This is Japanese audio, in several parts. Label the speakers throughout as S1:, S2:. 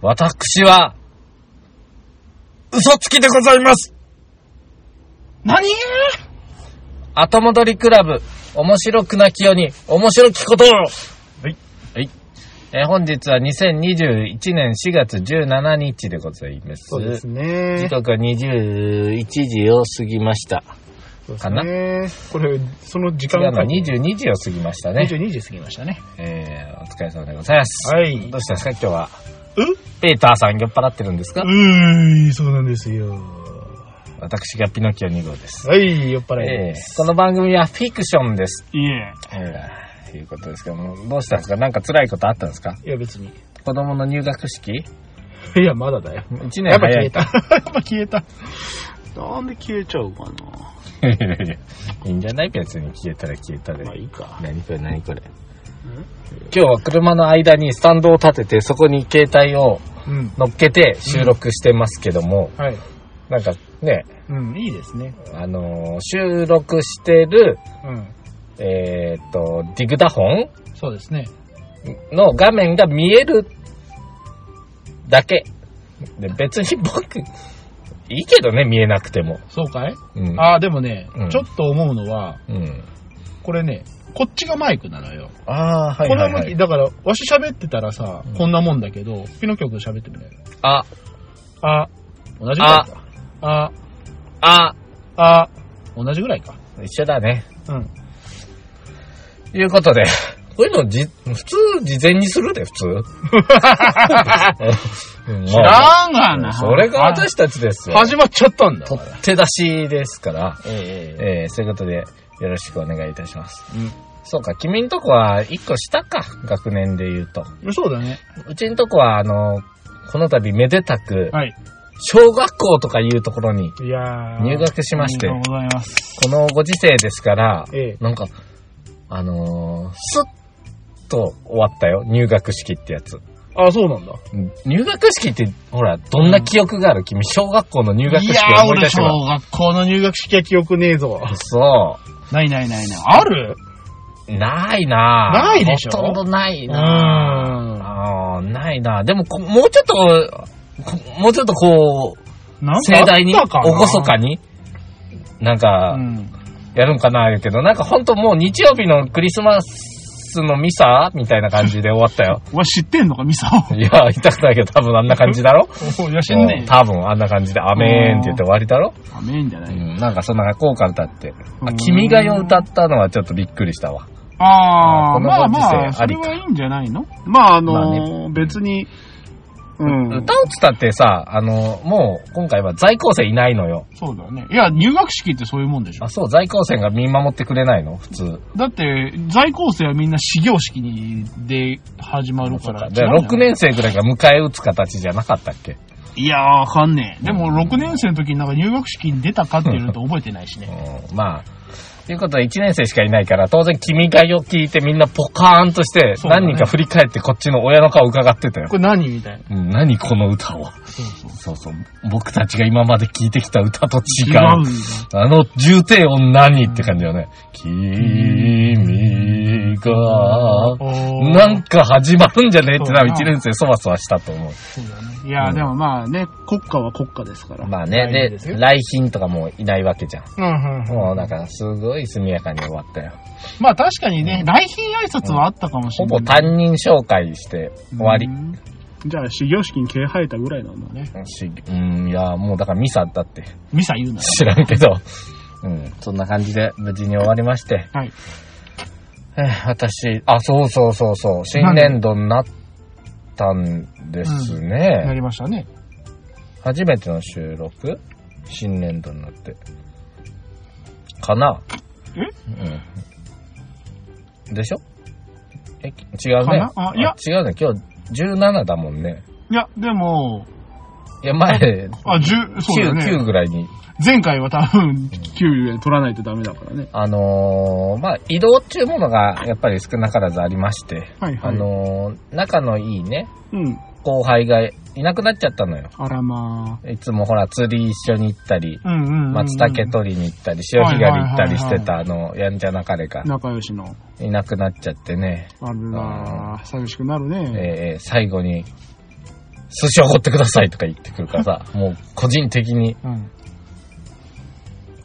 S1: 私は、嘘つきでございます
S2: 何
S1: 後戻りクラブ、面白くなきように、面白きことをはい。はい。えー本日は2021年4月17日でございます。
S2: そうです
S1: 時
S2: ね。
S1: 刻は21時を過ぎました。
S2: そうです
S1: かな
S2: ね。これ、その時
S1: 違
S2: 間
S1: うの、
S2: 書いて
S1: 22時を過ぎましたね。
S2: 22時過ぎましたね。
S1: えー、お疲れ様でございます。
S2: はい
S1: どうしたんですか今日は。
S2: う
S1: ペーターさん酔っ払ってるんですか
S2: うーい、そうなんですよ。
S1: 私がピノキオ2号です。
S2: はい、酔っ払
S1: え
S2: いで
S1: ー
S2: す。
S1: この番組はフィクションです。
S2: いえ。
S1: えー、ということですけども、どうしたんですかなんか辛いことあったんですか
S2: いや、別に。
S1: 子供の入学式
S2: いや、まだだよ。
S1: ?1 年
S2: やっぱ
S1: 早
S2: 消え
S1: い。
S2: た。 やっぱ消えた。なんで消えちゃうかない
S1: やいやいや いいんじゃない別に消えたら消えたで
S2: まあ。いいか。
S1: 何これ何これ。今日は車の間にスタンドを立てて、そこに携帯を
S2: うん。
S1: 乗っけて収録してますけども、
S2: はい。
S1: なんかね、
S2: うん、いいですね。
S1: あのー収録してる、
S2: うん。
S1: えーっと、ディグダホン
S2: そうですね。
S1: の画面が見えるだけ。で別に僕、いいけどね、見えなくても。
S2: そうかい
S1: うん。
S2: ああ、でもね、
S1: うん
S2: ちょっと思うのは、
S1: うん、
S2: これね、こっちがマイクなのよ。
S1: ああ、は
S2: この向き、だから、わし喋ってたらさ、
S1: うん
S2: こんなもんだけど、ピノキョ君喋ってみなよ。
S1: あ、
S2: あ、同じぐらいか。あ、
S1: あ、
S2: あ、同じぐらいか。
S1: 一緒だね。
S2: うん。
S1: ということで、こういうのじ、普通、事前にするで、普通。うん
S2: 知らんが
S1: まあ
S2: な。
S1: それが私たちですよ。
S2: 始まっちゃったんだ。
S1: 取って出しですから。
S2: ええ
S1: えー、そういうことで、よろしくお願いいたします。
S2: え
S1: そうか、君んとこは1個下か、学年で言うと。
S2: うん。そうだね。
S1: うちんとこは、あの、この度めでたく、
S2: はい。
S1: 小学校とかいうところに
S2: いやー
S1: 入学しまして、
S2: あ
S1: こ
S2: りがとうございます。
S1: のご時世ですから、
S2: ええ
S1: なんか、あのースッと終わったよ、入学式ってやつ。
S2: あ、そうなんだ。
S1: 入学式って、ほら、どんな記憶がある、君、小学校の入学
S2: い
S1: 式
S2: やー、
S1: 思い
S2: 俺
S1: 出して
S2: 小学校の入学式は記憶ねえぞ。
S1: そ
S2: ないないないない。ある
S1: う。ないなぁ
S2: ないでしょ
S1: ほとんどないうなぁ
S2: ん。
S1: あーないなぁでもこ、もうちょっと、こもうちょっとこう、
S2: なん
S1: 盛
S2: かあった
S1: 大に、
S2: かな
S1: おごそかに、なんか
S2: う、ん。
S1: やるんかな言うけど、なんかほんともう日曜日のクリスマスのミサみたいな感じで終わった よ。
S2: お前知ってんのか、ミサ
S1: いや、言いたくないけど多分あんな感じだろ
S2: お。 いや、知んねえよ。
S1: 多分あんな感じで、アメーンって言って終わりだろ
S2: 甘えんじゃな
S1: う
S2: いよ
S1: ん、なんかそんな効果歌って。
S2: う
S1: あ、
S2: ん
S1: 君が代歌ったのはちょっとびっくりしたわ。
S2: あ
S1: この
S2: あ、まあ
S1: ご時世
S2: まあ、そ
S1: あり
S2: れ
S1: か
S2: はいいんじゃないのまあ、あのー
S1: まあ
S2: 別に、うん。
S1: 歌うつったってさ、あの、もう今回は在校生いないのよ。
S2: そうだね。いや、入学式ってそういうもんでしょ
S1: あ、。そう、在校生が見守ってくれないの普通。
S2: だって、在校生はみんな始業式に、で、始まるか
S1: で、
S2: ら。違うんじゃない
S1: 6年生ぐらいが迎え撃つ形じゃなかったっけ
S2: いやー、わかんねえ。でも、6年生の時になんか入学式に出たかっていうのと覚えてないしね。
S1: うん、まあ。ということは1年生しかいないから、当然君がよ聞いてみんなポカーンとして、
S2: そうだね
S1: 何人か振り返ってこっちの親の顔伺ってたよ。
S2: これ何みたいな。
S1: うん、何この歌を。
S2: そうそう。
S1: そうそう。僕たちが今まで聞いてきた歌と違
S2: 違
S1: う。
S2: うんだ。
S1: あの重低音何って感じよね。君が、な
S2: なん
S1: か始まるんじゃねえってな、
S2: そうだな
S1: 1年生そわそわしたと思う。
S2: そうだね。いやー、でもまあね、国家は国家ですから。
S1: まあね、
S2: 大事す
S1: で、
S2: よ
S1: 来賓とかもいないわけじゃん。
S2: うんうんうん。
S1: もうなんか、すごい速やかに終わったよ。
S2: まあ確かにね、来賓挨拶はあったかもし
S1: ほ
S2: れ
S1: ぼ
S2: ない。
S1: 担任紹介して終わり
S2: う。ん。じゃあ、始業式に毛生えたぐらいなんだね。
S1: しうん、いや、もうだからミサだって。
S2: ミサ言うなよ。
S1: 知らんけど。うん、そんな感じで無事に終わりまして。
S2: はい。
S1: えー私、あ、そうそうそうそう、新年度になったんですね。
S2: なりましたね。
S1: 初めての収録新年度になって。かなうん。でしょえ、違う
S2: か
S1: ね
S2: な。あ、いや、
S1: 違うね。今日17だもんね。
S2: いや、でも、
S1: いや、前、
S2: あ、十そうだ
S1: 9、9
S2: ね。
S1: ぐらいに、
S2: 前回は多分、9取らないとダメだからね。
S1: あのーまあ、移動っていうものがやっぱり少なからずありまして、
S2: はいは
S1: あ
S2: い。
S1: のー仲のいいね、
S2: うん。
S1: 後輩がいなくなっちゃったのよ。
S2: あらま
S1: いつもほら、釣り一緒に行ったり、
S2: あ。うんうんうん。
S1: 松茸。取りに行ったり、潮干狩り行ったりしてた、あの、やんちゃな彼が
S2: 仲良しの。
S1: いなくなっちゃってね、
S2: あらー、寂しくなるね。
S1: えー最後に、寿司おごってくださいとか言ってくるからさ、もう個人的に。
S2: うん。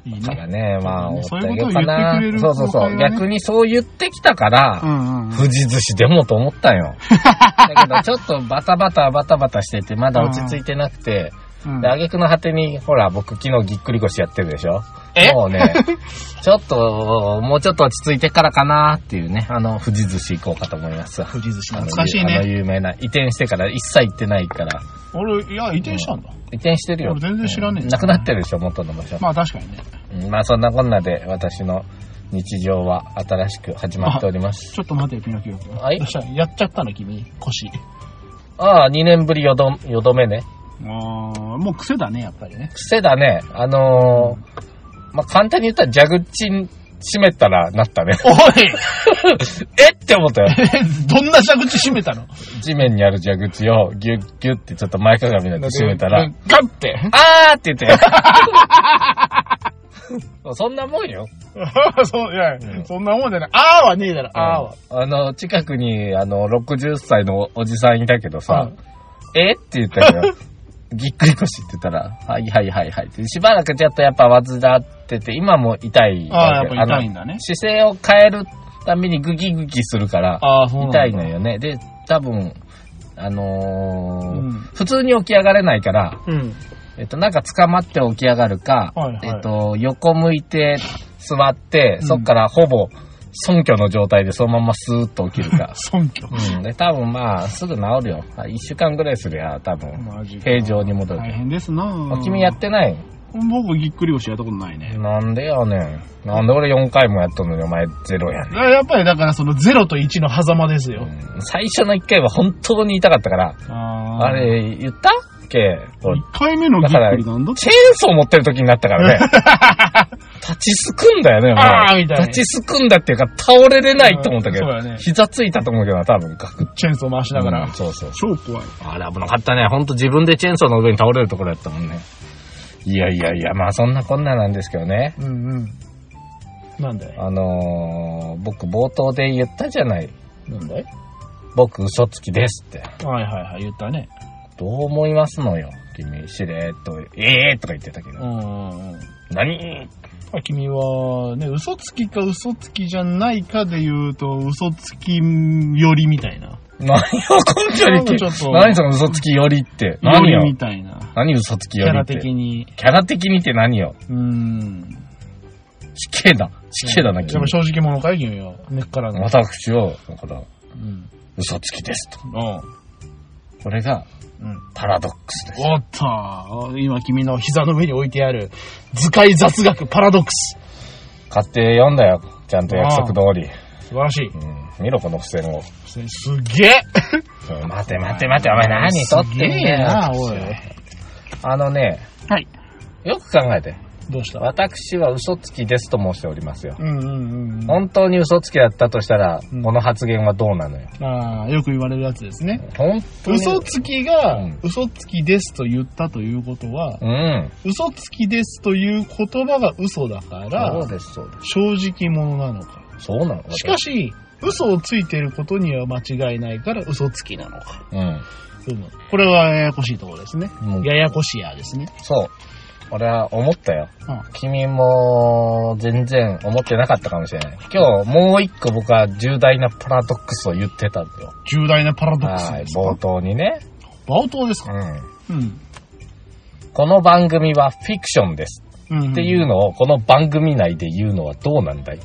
S2: いい
S1: だか
S2: ね。
S1: らね、まあ、お
S2: そう
S1: っ
S2: いう
S1: てあ
S2: こ
S1: げようか
S2: とを言って
S1: な
S2: くれる。
S1: そうそう
S2: 後
S1: そ
S2: 輩
S1: う。
S2: がね
S1: 逆にそう言ってきたから、
S2: うんうんうん。
S1: 富士寿司でもと思ったん よ。だけど、ちょっとバタバタバタバタしてて、まだ落ち着いてなくて、
S2: うん
S1: で、挙句の果てに、ほら、僕昨日ぎっくり腰やってるでしょ
S2: え
S1: もう ね、ちょっと、もうちょっと落ち着いてからかなっていうね、あの、富士寿司行こうかと思いますわ。
S2: 富士寿司
S1: あの
S2: 懐かしい
S1: あの
S2: ね。
S1: 有名な、移転してから一切行ってないから、
S2: 俺、いや、移転したんだ。
S1: 移転してるよ。
S2: 俺全然知らねえ
S1: うんなくなってるでしょ、元の場所。
S2: まあ確かにね。
S1: うんまあそんなこんなで私の日常は新しく始まっております。
S2: ちょっと待てよ、ピノキオ君。
S1: はい
S2: どうしたやっちゃったの、君。腰。
S1: ああ、2年ぶりよど、よどめね。
S2: あーもう癖だね、やっぱりね。
S1: 癖だね。あのーまあ簡単に言ったら蛇口閉めたらなったね。
S2: おい
S1: えって思ったよ。
S2: どんな蛇口閉めたの
S1: 地面にある蛇口をギュッギュッってちょっと前かがみなんで閉めたら、
S2: ガッて。
S1: あーって言って。 そんなもんよ。
S2: そう、いや
S1: うん
S2: そんなもんじゃない。あーはねえだろ、あーは。
S1: あの、近くに、あの、60歳のおじさんいたけどさ、えって言ったけど、 ぎっくり腰って言ったら、はいはいはいはいって。しばらくちょっとやっぱ患ってて、今も痛い
S2: あ
S1: わ
S2: あ、
S1: け。
S2: やっぱ痛い
S1: の
S2: んだね。
S1: 姿勢を変えるためにグキグキするから、
S2: ああ、そうなんだ
S1: 痛いのよね。で、多分、あのー
S2: うん
S1: 普通に起き上がれないから、
S2: うん。
S1: えっと、なんか捕まって起き上がるか、
S2: はいはい
S1: えっと、横向いて座って、
S2: うん。
S1: そっからほぼ、尊虚の状態でそのままスーッと起きるか
S2: 尊虚。
S1: うん。で、多分まあ、すぐ治るよ。あ一週間ぐらいすりゃ、多分、
S2: マジか
S1: 平常に戻る。
S2: 大変ですな
S1: あ君やってない
S2: 僕ぎっくり腰やったことないね。
S1: なんでやねん。なんで俺4回もやっとんのにお前ゼロやねん。
S2: やっぱりだからその0と1の狭間ですよ。
S1: うん最初の1回は本当に痛かったから、
S2: あ
S1: あれ、言ったっけ俺
S2: 1回目のぎっくりなんだ
S1: チェーンソー持ってる時になった からね。立ちすくんだよね、もう
S2: あーみたいな
S1: 立ちすくんだっていうか、倒れれないと思ったけど
S2: うんそうだ、ね
S1: 膝ついたと思うけどな、多分、ガクッ
S2: チェーンソー回しなが
S1: うん
S2: ら。
S1: そうそう。
S2: 超怖い。
S1: あれ危なかったね。ほんと自分でチェーンソーの上に倒れるところやったもんね。いやいやいや、まあそんなこんななんですけどね。
S2: うんうん。なんだい
S1: あのー、僕冒頭で言ったじゃない。
S2: なんだい
S1: 僕嘘つきですって。
S2: はいはいはい、言ったね。
S1: どう思いますのよ。君、しれーっと、ええーとか言ってたけ
S2: う
S1: ど。
S2: んうんうん。
S1: 何
S2: まあ君は、ね、嘘つきか嘘つきじゃないかで言うと、嘘つきよりみたいな。
S1: 何を根拠に
S2: ちょっと
S1: 何その嘘つきよりって。
S2: よ
S1: 何
S2: り
S1: よ。
S2: みたいな。
S1: 何嘘つき
S2: キ
S1: よ
S2: ャ
S1: りっ
S2: ラ
S1: て。
S2: 的に。
S1: キャラ的にって何よ
S2: うん。
S1: 死刑だ。死刑だな、
S2: でも
S1: 君。
S2: 正直者会議よ。根っからの。
S1: 私を、だから、
S2: うん。
S1: 嘘つきですと。
S2: おう。
S1: これが、
S2: うん。
S1: パラドックスです。
S2: おっと今君の膝の上に置いてある、図解雑学パラドックス。
S1: 買って読んだよ。ちゃんと約束通り。
S2: 素晴らしい。
S1: うん。見ろ、この付箋を。
S2: すげえ
S1: うん待て待て待て、お前何
S2: す
S1: 撮ってん
S2: げえ
S1: だよ。
S2: な、おい。
S1: あのね、
S2: はい。
S1: よく考えて。
S2: どうした
S1: 私は嘘つきですと申しておりますよ。
S2: うんうんうん。
S1: 本当に嘘つきだったとしたら、
S2: うん
S1: この発言はどうなのよ。
S2: ああ、よく言われるやつですね。
S1: 本当に。
S2: 嘘つきが
S1: うん、
S2: 嘘つきですと言ったということは、
S1: うん。
S2: 嘘つきですという言葉が嘘だから
S1: そう、です、そうで
S2: 正直者なのか。
S1: す。そうなの
S2: しかし、嘘をついてることには間違いないから嘘つきなのか。
S1: うん。
S2: うんこれはややこしいところですね。
S1: うん
S2: ややこしやですね。
S1: そう。俺は思ったよ。
S2: うん
S1: 君も全然思ってなかったかもしれない。今日もう一個僕は重大なパラドックスを言ってたんだよ。
S2: 重大なパラドックス
S1: はい
S2: で、すか
S1: 冒頭にね。
S2: 冒頭です
S1: う
S2: か
S1: ん。
S2: うん。
S1: この番組はフィクションです
S2: うん
S1: っていうのをこの番組内で言うのはどうなんだい、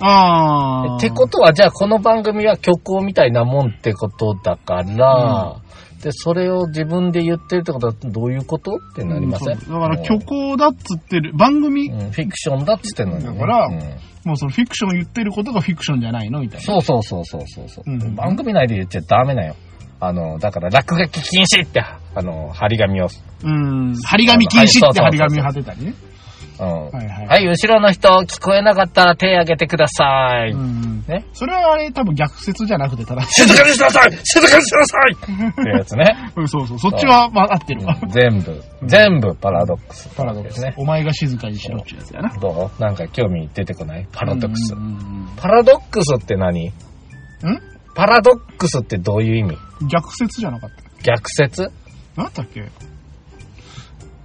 S2: ああ。
S1: ってことはじゃあこの番組は虚構みたいなもんってことだから、で、それを自分で言ってるってことはどういうことってなりません、
S2: うんそうだから虚構だっつってる、番組、
S1: うん、フィクションだっつってんのに、ね。
S2: だから
S1: うん
S2: もうそのフィクション言ってることがフィクションじゃないのみたいな。
S1: そうそうそうそうそうそう、
S2: うん
S1: 番組内で言っちゃダメなよ。あの、だから落書き禁止って、あの、張り紙を、
S2: うん。張り紙禁止って
S1: は
S2: 張
S1: いそうそうそう
S2: り紙貼ってたりね。
S1: うん。
S2: はいはい。
S1: はい、後ろの人、聞こえなかったら手挙げてください。
S2: うん。
S1: ね
S2: それはあれ多分逆説じゃなくて正しい。
S1: 静かにしなさい静かにしなさいってやつ ね。
S2: うん、そうそう。そっちは、まあ、合ってるわ
S1: う。ん全部、全部パラドックス。
S2: パラドックス
S1: ね。
S2: お前が静かにしろっていうやつやな。
S1: どうなんか興味出てこないパラドックス
S2: う。んうん
S1: パラドックスって何
S2: うん
S1: パラドックスってどういう意味
S2: うん逆説じゃなかった。
S1: 逆説
S2: なんだっけ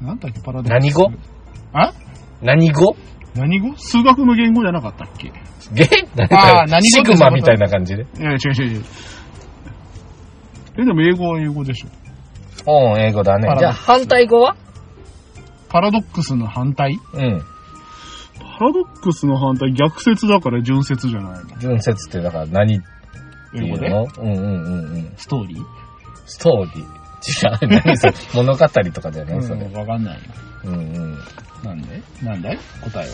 S2: なんだっけパラダイ
S1: 何
S2: ス。
S1: 語
S2: あ
S1: 何語
S2: 何語数学の言語じゃなかったっけい
S1: え何
S2: あ
S1: か
S2: ー何語って
S1: シグマみたいな感じで。
S2: や、違う違う違う。え、でも英語は英語でしょ。
S1: うん、英語だね
S2: パ。ラ
S1: じゃ
S2: ダ
S1: あ
S2: イス
S1: 反対語は
S2: パラドックスの反対
S1: うん。
S2: パラドックスの反対、逆説だから順説じゃないの。
S1: 文節ってだから何って
S2: 英
S1: い
S2: 語
S1: う
S2: で。
S1: のうんうんうんうん。
S2: ストーリー
S1: ストーリー。違う。何 それ物語とかじゃないそれ。
S2: わかんないよ。
S1: うんうん。
S2: なんでなんだい答えは。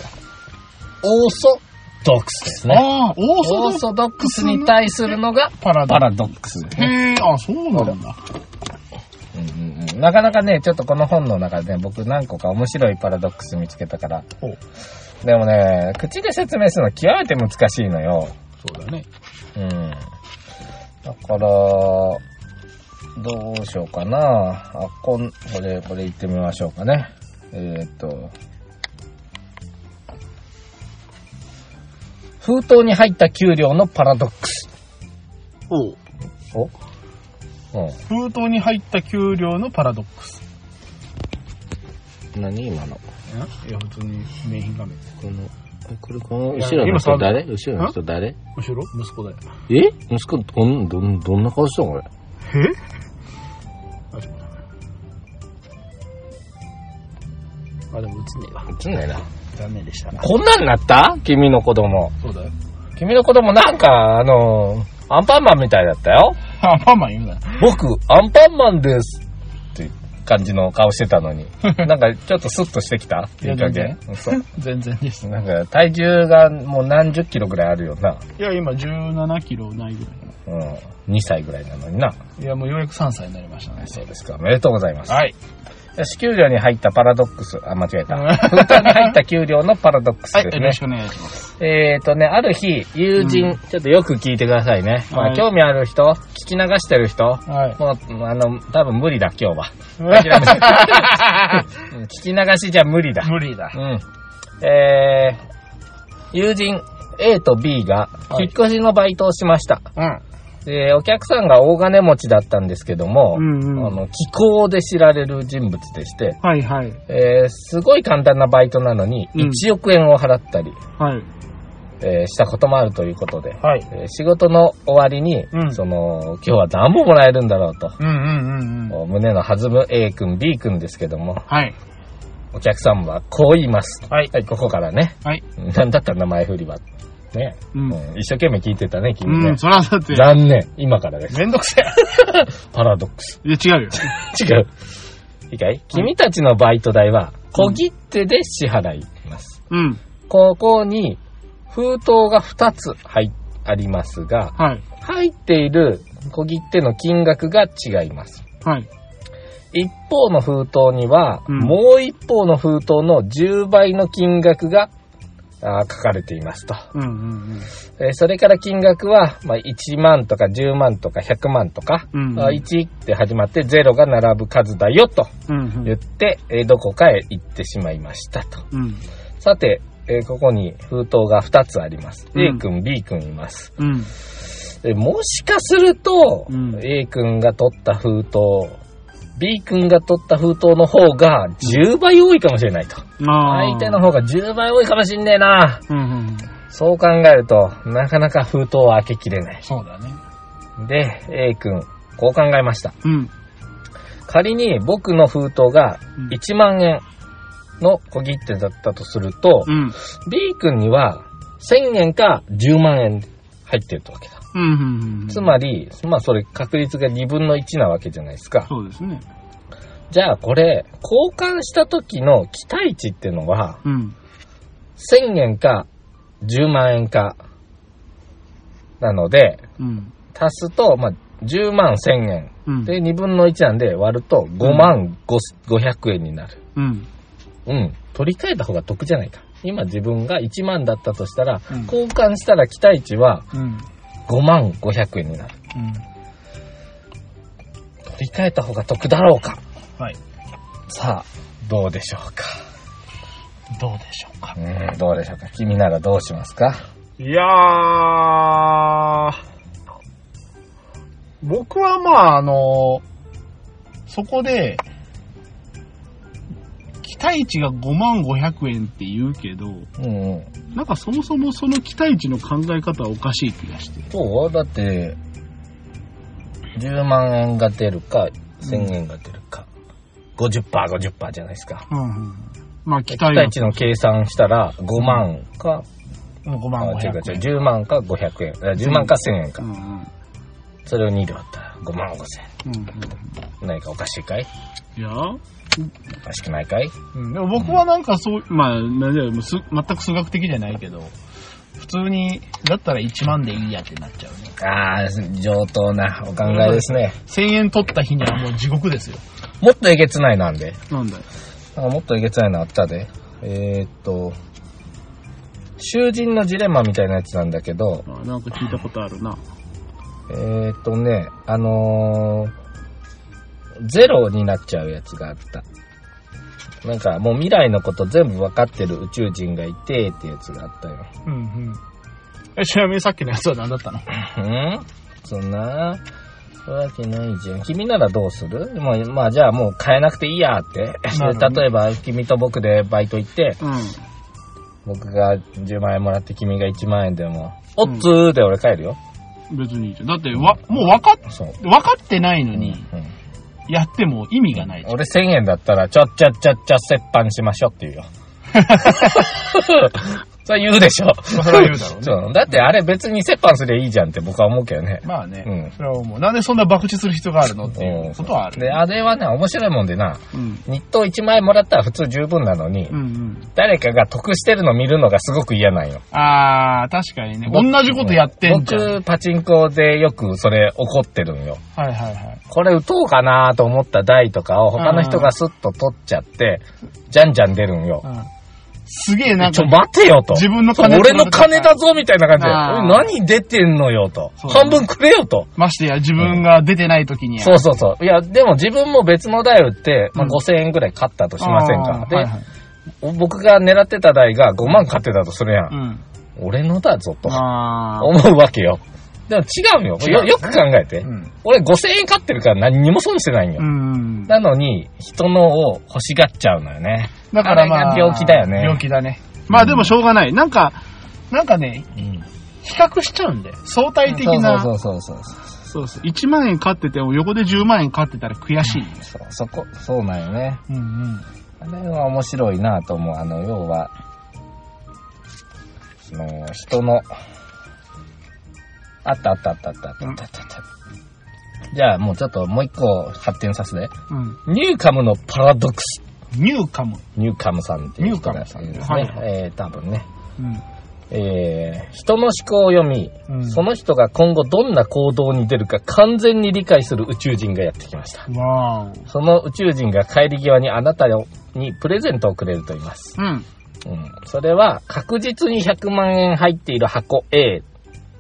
S1: オーソドックスですね。
S2: ああ、オー
S1: オ
S2: ソ
S1: ー
S2: ドック
S1: ソドックスに対するのが
S2: スパラ
S1: パ
S2: ダ
S1: ラドックスですね。
S2: へえ、あ、そうなんだ。
S1: うんうんうんなかなかね、ちょっとこの本の中でね、僕何個か面白いパラドックス見つけたから。
S2: おう
S1: でもね、口で説明するの極めて難しいのよ。
S2: そうだね。
S1: うん。だから、どうしようかな。あ、こん、これ、これ行ってみましょうかね。えーっと。封筒に入った給料のパラドックス。
S2: おう
S1: おうん。
S2: 封筒に入った給料のパラドックス。
S1: 何今の。
S2: いや、普通に名品画面。
S1: この、これ、この
S2: 後ろの人誰
S1: 後
S2: ろの人
S1: 誰
S2: 後ろ息子だよ。
S1: え息子、どん、どん、どんな顔したのこれ。
S2: えあ、ちょっと待ってあ、でも映んねえわ。
S1: 映んないな。
S2: 残念でしたな。
S1: こんなんなった君の子供。
S2: そうだよ。
S1: 君の子供なんか、あの、アンパンマンみたいだったよ。
S2: あ、パンマン言うな。
S1: 僕、アンパンマンです。って感じの顔してたの に。なんか、ちょっとスッとしてきた
S2: い
S1: い
S2: や
S1: い加減。そう。
S2: 全然です。
S1: なんか、体重がもう何十キロぐらいあるよな。
S2: いや、今17キロないぐらい。
S1: うん。2歳ぐらいなのにな。
S2: いや、もうようやく3歳になりましたね。
S1: そうですか。おめでとうございます。
S2: はい。
S1: 支給料に入ったパラドックス。あ、間違えた。
S2: うん
S1: 封筒に入った給料のパラドックス
S2: は
S1: で
S2: い、
S1: す
S2: よ
S1: ね
S2: ろし。くお願いします。
S1: えーとね、ある日、友人、
S2: う
S1: ちょっとよく聞いてくださいね。まあ、
S2: はい
S1: 興味ある人、聞き流してる人、
S2: はい。
S1: もう、あの、多分無理だ、今日 は。諦めてうん聞き流しじゃ無理だ。
S2: 無理だ。
S1: うん。えー、友人 A と B が、
S2: はい
S1: 引っ越しのバイトをしました。
S2: うん。
S1: で、お客さんが大金持ちだったんですけども、
S2: うんうん
S1: あの、気候で知られる人物でして、
S2: はいはい。
S1: えー、すごい簡単なバイトなのに、
S2: うん
S1: 1億円を払ったり、
S2: はい。
S1: えーしたこともあるということで、
S2: はい。
S1: えー仕事の終わりに、
S2: うん
S1: その、今日は何本もらえるんだろうと、
S2: うんうんうんうん。
S1: こう胸の弾む A 君、B 君ですけども、
S2: はい。
S1: お客さんはこう言います。
S2: はい。
S1: はい、ここからね、
S2: はい。
S1: うんなんだったら名前振りは。ね、
S2: う。
S1: うんん一生懸命聞いてたね、君
S2: う
S1: ね
S2: ん、。そらだって。
S1: 残念、今からです。
S2: めんどくせ
S1: パラドックス。
S2: え。いや、違うよ。
S1: 違う。いいかい君たちのバイト代は、小切手で支払います。
S2: うん。
S1: ここに、封筒が2つ入っありますが、
S2: はい。
S1: 入っている小切手の金額が違います。
S2: はい。
S1: 一方の封筒には、
S2: うん
S1: もう一方の封筒の10倍の金額があー書かれていますと。
S2: うんうん
S1: えーそれから金額は、まあ、1万とか10万とか100万とか、
S2: うんうん
S1: あー1って始まって0が並ぶ数だよと
S2: うん。うんう
S1: 言
S2: ん。
S1: って、えーどこかへ行ってしまいましたと。
S2: うん。
S1: さて、えーここに封筒が2つあります。
S2: うん
S1: A 君、B 君います。
S2: うん。
S1: でもしかすると、
S2: うん
S1: A 君が取った封筒、B 君が取った封筒の方が10倍多いかもしれないと。
S2: あー
S1: 相手の。方が10倍多いかもしんねえな。
S2: うんうんうん。
S1: そう考えると、なかなか封筒を開けきれない。
S2: そうだね。
S1: で、A 君、こう考えました。
S2: うん。
S1: 仮に僕の封筒が
S2: うん
S1: 1万円の小切手だったとすると、
S2: うん。
S1: B 君には1000円か10万円入ってるってわけだ。
S2: うんうんうん。
S1: つまり、まあそれ確率が2分の1なわけじゃないですか。
S2: そうですね。
S1: じゃあこれ、交換した時の期待値ってのは、
S2: うん。
S1: 1000円か10万円か、なので、
S2: うん。
S1: 足すと、まあ、10万1000円。
S2: うん。
S1: で、2分の1なんで割ると5万500円になる。
S2: うん。
S1: うん。取り替えた方が得じゃないか。今自分が1万だったとしたら、
S2: うん
S1: 交換したら期待値は
S2: うん。
S1: 5万500円になる。
S2: うん。
S1: 取り替えた方が得だろうか。
S2: はい。
S1: さあ、どうでしょうか。
S2: どうでしょうか。
S1: うん、どうでしょうか。君ならどうしますか
S2: いやー、僕はまあ、あの、そこで、期待値が5万500円って言うけど、
S1: うんうん。
S2: なんかそもそもその期待値の考え方はおかしい気がして。
S1: そうだって、10万円が出るか、1000円が出るか、50%、50%じゃないですか。
S2: うんうん。まあ期
S1: 期
S2: 待が
S1: 待値の計算したら、5万か、
S2: 5
S1: あ
S2: 万
S1: 違う
S2: 500
S1: 違
S2: 円。
S1: う、10万か500円、あ10万か1000円
S2: う
S1: か。
S2: んうん
S1: それを2で割ったら、5万5千
S2: うんうん
S1: 円。何かおかしいかい
S2: いや、
S1: おかしくないかい
S2: うん、でも僕はなんかそう、まあ、なんだよもうす全く数学的じゃないけど、普通に、だったら1万でいいやってなっちゃうね。
S1: ああ、上等なお考えですね。
S2: 1000円取った日にはもう地獄ですよ。
S1: もっとえげつないなんで。
S2: なんだよ。
S1: なんかもっとえげつないのあったで。えー、っと、囚人のジレンマみたいなやつなんだけど、
S2: あなんか聞いたことあるな。
S1: えー、っとね、あのーゼロになっちゃうやつがあった。なんかもう未来のこと全部わかってる宇宙人がいてってやつがあったよ。
S2: うんうん。え、ちなみにさっきのやつは何だったの
S1: うんそんな、そわけないじゃん。君ならどうするもうまあじゃあもう変えなくていいやって。
S2: なるほどね
S1: 例えば君と僕でバイト行って、
S2: うん。
S1: 僕が10万円もらって君が1万円でも、おっつーで俺帰るよ。
S2: 別にいいじゃん。だって、わ、もう分かっ、
S1: そう。
S2: 分かってないのに、
S1: うん
S2: やっても意味がないじゃん。
S1: 俺1000円だったら、ちょっちゃっちゃっちゃ折半しましょうって言う よ。それ言うでしょ。
S2: まあそれは言うだろうね
S1: そうだってあれ別に折半すりゃいいじゃんって僕は思うけどね。
S2: まあ
S1: うん
S2: ね。それはもう、なんでそんな爆打する必要があるのっていうことはある。
S1: で、あれはね、面白いもんでな、
S2: うん。
S1: 日当1万円もらったら普通十分なのに、
S2: うんうん。
S1: 誰かが得してるの見るのがすごく嫌なんよ。
S2: あー、確かにね。同じことやってんじゃん。
S1: 僕、パチンコでよくそれ怒ってるんよ。
S2: はいはいはい。
S1: これ打とうかなと思った台とかを他の人がスッと取っちゃって、じゃんじゃん出るんよ
S2: う。ん。すげえなん
S1: ち
S2: か
S1: ょ、、待てよと。
S2: 自分の
S1: そう
S2: 金
S1: 俺の金だぞみたいな
S2: あ
S1: 感
S2: ー
S1: じで、え何出てんのよと。
S2: そうだ
S1: 半
S2: ね
S1: 分くれよと。
S2: ましてや自分が出てない時にや。
S1: そうそうそう。いや、でも自分も別の台打って、まあ、
S2: うん
S1: 5000円ぐらい勝ったとしませんか
S2: あ。ー
S1: で、
S2: はいはい
S1: 僕が狙ってた台が5万勝ってたとするや。
S2: うんん。
S1: 俺のだぞと
S2: あー。
S1: 思うわけよ。でも違うよ。よよく考えて。
S2: うん。
S1: 俺5000円勝ってるから何にも損してないんよ。
S2: うん。
S1: なのに、人のを欲しがっちゃうのよね。
S2: だからま
S1: あ
S2: あ、
S1: れが病気だよね
S2: 病気だね。まあでもしょうがない。なんか、なんかね、
S1: うん。
S2: 比較しちゃうんで。相対的な。
S1: そうそうそうそうそう。
S2: そうそう。1万円買ってても横で10万円買ってたら悔しい。
S1: そう、そこ、そうなんよね。
S2: うんうん。
S1: あれは面白いなと思う。あの、要は、その、人の、あったあったあったあったあったあったあったあった。じゃあもうちょっともう一個発展させて。
S2: うん。
S1: ニューカムのパラドックス。
S2: ニューカム。
S1: ニューカムさんっていう人がいるんですね。
S2: ニューカムさん
S1: えー、多分ね。
S2: うん。
S1: えー、人の思考を読み、
S2: うん
S1: その人が今後どんな行動に出るか完全に理解する宇宙人がやってきました。
S2: わー
S1: その宇宙人が帰り際にあなたにプレゼントをくれると言います。
S2: お。うん。
S1: うん。それは確実に100万円入っている箱 A。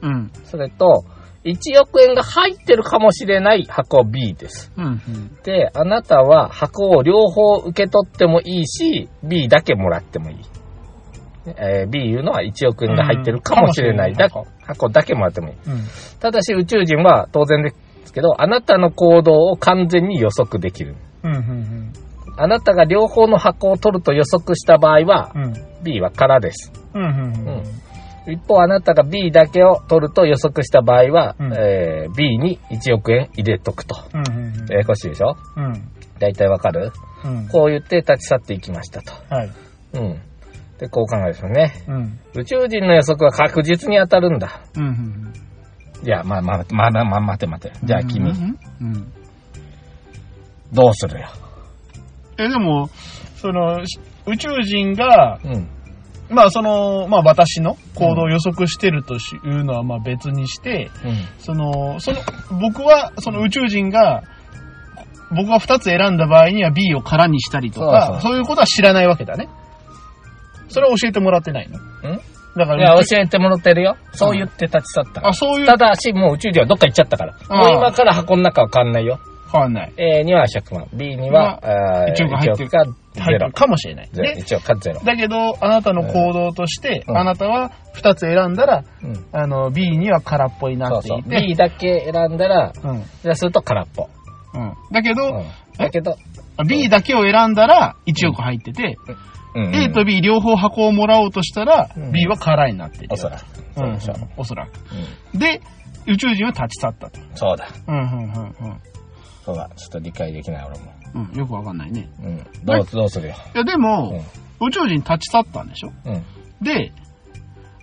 S2: うん。
S1: それと、1億円が入ってるかもしれない箱 B です。
S2: うん。うん。
S1: で、あなたは箱を両方受け取ってもいいし、B だけもらってもいい。えー B いうのは1億円が入ってるかもしれない。
S2: うん
S1: だ
S2: かもし
S1: 箱だけもらってもいい。
S2: うん。
S1: ただし宇宙人は当然ですけど、あなたの行動を完全に予測できる。
S2: うん。うん。
S1: あなたが両方の箱を取ると予測した場合は
S2: う、ん。
S1: B は空です。
S2: うん。うん。
S1: うん一方、あなたが B だけを取ると予測した場合は、
S2: うん
S1: えー B に1億円入れとくと。
S2: うん。
S1: ややこしいでしょ
S2: うん。
S1: 大体わかる
S2: うん。
S1: こう言って立ち去っていきましたと。
S2: はい。
S1: うん。で、こう考えですよね。
S2: うん。
S1: 宇宙人の予測は確実に当たるんだ。
S2: うん。うん。
S1: いや、まあまあ、まだ、まあ、待て待て。じゃあ君、
S2: うん。うん。
S1: どうするよ。
S2: え、でも、その、し宇宙人が、
S1: うん。
S2: まあその、まあ私の行動を予測してるとしいうのはまあ別にして、その、その、僕は、その宇宙人が、僕が2つ選んだ場合には B を空にしたりとか、
S1: そ
S2: そうう
S1: そ
S2: いうことは知らないわけだね。それは教えてもらってないの
S1: うん。
S2: だか
S1: いや
S2: ら、、
S1: 教えてもらってるよ。そう言って立ち去ったから
S2: あ、そういう
S1: た、だし、もう宇宙人はどっか行っちゃったから。
S2: あ
S1: も
S2: ー
S1: う今から箱の中は変わんないよ。
S2: 変わんない。
S1: A には100万、B には、えー
S2: 1億入ってる
S1: 1億か
S2: 入
S1: ゼ
S2: って
S1: ロ
S2: る。かもしれない。
S1: ゼ
S2: で、
S1: 1億かゼロ。
S2: だけど、あなたの行動として、
S1: うん
S2: あなたは2つ選んだら、
S1: うん。
S2: あの、B には空っぽに
S1: そ
S2: な
S1: う
S2: って
S1: そう
S2: い。て、
S1: B だけ選んだら、
S2: うん。
S1: じゃあすると空っぽ。
S2: うん。だけど、
S1: うんだけど、
S2: B だけを選んだら1億入ってて、
S1: うん
S2: A と B 両方箱をもらおうとしたら、
S1: うん
S2: B は空になってる。
S1: おそらく。
S2: うん。
S1: そうでしょう
S2: おそらく。
S1: う
S2: で、宇宙人は立ち去ったと。
S1: んそうだ。
S2: うん、うん、うん、
S1: そうだ。ちょっと理解できない俺も。
S2: うん。うん、よくわかんないね。
S1: うん。どうどうするよ。
S2: いや、でも、宇宙人立ち去ったんでしょ
S1: うん。
S2: で、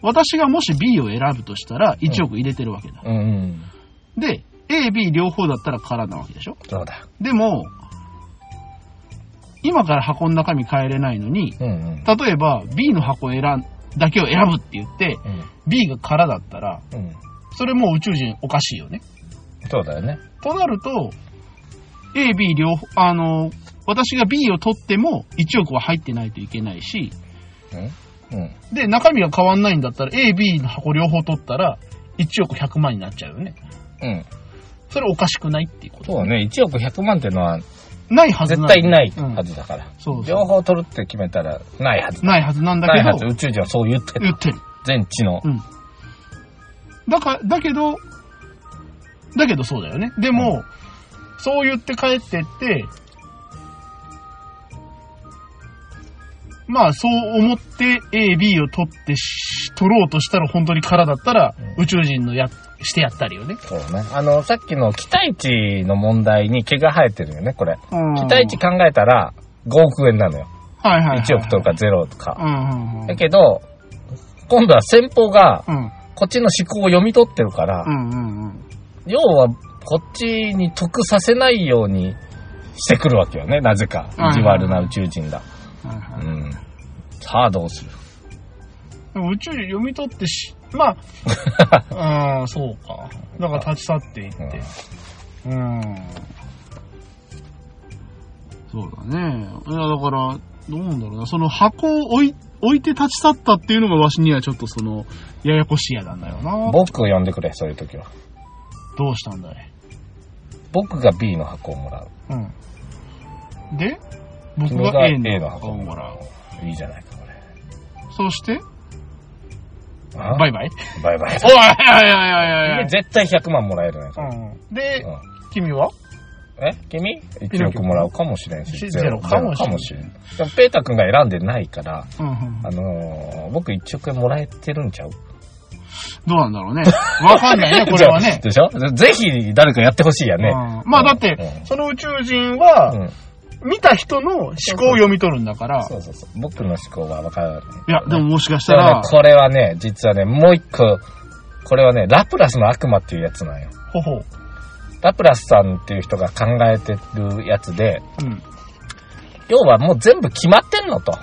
S2: 私がもし B を選ぶとしたら1億入れてるわけだ。
S1: うんうん。
S2: で、A、B 両方だったら空なわけでしょ
S1: そうだ。
S2: でも、今から箱の中身変えれないのに、
S1: うんうん。
S2: 例えば B の箱を選んだけを選ぶって言って、
S1: うん。
S2: B が空だったら、
S1: うん。
S2: それもう宇宙人おかしいよね。
S1: そうだよね。
S2: となると、A、B 両方、あの、私が B を取っても1億は入ってないといけないし、
S1: うん。うん。
S2: で、中身が変わんないんだったら、A、B の箱両方取ったら、1億100万になっちゃうよね。
S1: うん。
S2: それおかしくないっていうこ
S1: そ
S2: と。
S1: うだね。1億100万っていうのは
S2: ないはず
S1: 絶
S2: なんだ
S1: 対ない
S2: うん
S1: はずだから。
S2: そうそ
S1: 両方取るって決めたらないはず。
S2: う。ないはずなんだ
S1: ないは
S2: け
S1: ず。
S2: ど、
S1: 宇宙人はそう言ってる。
S2: 言ってる。
S1: 全知の。
S2: うん。だか、だけど、だけどそうだよね。でも、そう言って帰ってって、まあそう思って A、B を取ってし、取ろうとしたら本当に空だったら、
S1: うん
S2: 宇宙人のや、してやったりよね。
S1: そうだね。あの、さっきの期待値の問題に毛が生えてるよね、これ。期
S2: 期
S1: 待値考えたら5億円なのよ。
S2: はいはいはいはい。
S1: 1億とか0と
S2: う
S1: か。
S2: んうんうん。
S1: だけど、今度は先方が
S2: うん
S1: こっちの思考を読み取ってるから
S2: う、んうんうん。
S1: 要はこっちに得させないようにしてくるわけよね、なぜか。
S2: うん
S1: 意地悪な宇宙人だ。
S2: はいは
S1: う
S2: い
S1: ん。さあどうする
S2: でも宇宙人読み取ってし、まあ、 うん、そうか。だから立ち去っていって。うん。そうだね。いや、だから、どうなんだろうな。その箱を置い、置いて立ち去ったっていうのがわしにはちょっとその、ややこしいやなんだよな。
S1: 僕を呼んでくれ、そういう時は。
S2: どうしたんだい。
S1: 僕が B の箱をもらう。
S2: うん。で、僕
S1: 君
S2: が
S1: が
S2: A
S1: A
S2: の
S1: の
S2: 箱
S1: 箱
S2: を
S1: を
S2: も
S1: も
S2: ら
S1: ら
S2: う。
S1: う。いいじゃないか、これ。
S2: そして、
S1: あ
S2: バイバイ。
S1: バイバイ。
S2: おいおいおいおいおいおい。
S1: 絶対100万もらえるね。
S2: うん。で
S1: う、ん
S2: 君は
S1: え君 ?1 億もらうかもしれんし、
S2: ゼロかもし
S1: ゼロ
S2: れん
S1: かもしれん。でも、ペータ君が選んでないから、
S2: うんうん
S1: あのー、僕1億円もらえてるんちゃう
S2: どうなんだろうね。 わかんないね、これは ね。
S1: でしょぜひ誰かやってほしいやね。
S2: うんまあだっ
S1: う
S2: て、
S1: ん
S2: その宇宙人
S1: う
S2: は、
S1: ん。
S2: 見た人の思考を読み取るんだから、
S1: そうそうそう。僕の思考はわからない。
S2: いや、でももしかした
S1: でもね
S2: ら、、
S1: これはね、実はね、もう一個、これはね、ラプラスの悪魔っていうやつなんよ。
S2: ほほ、
S1: ラプラスさんっていう人が考えてるやつで、
S2: うん。
S1: 要はもう全部決まってんのと。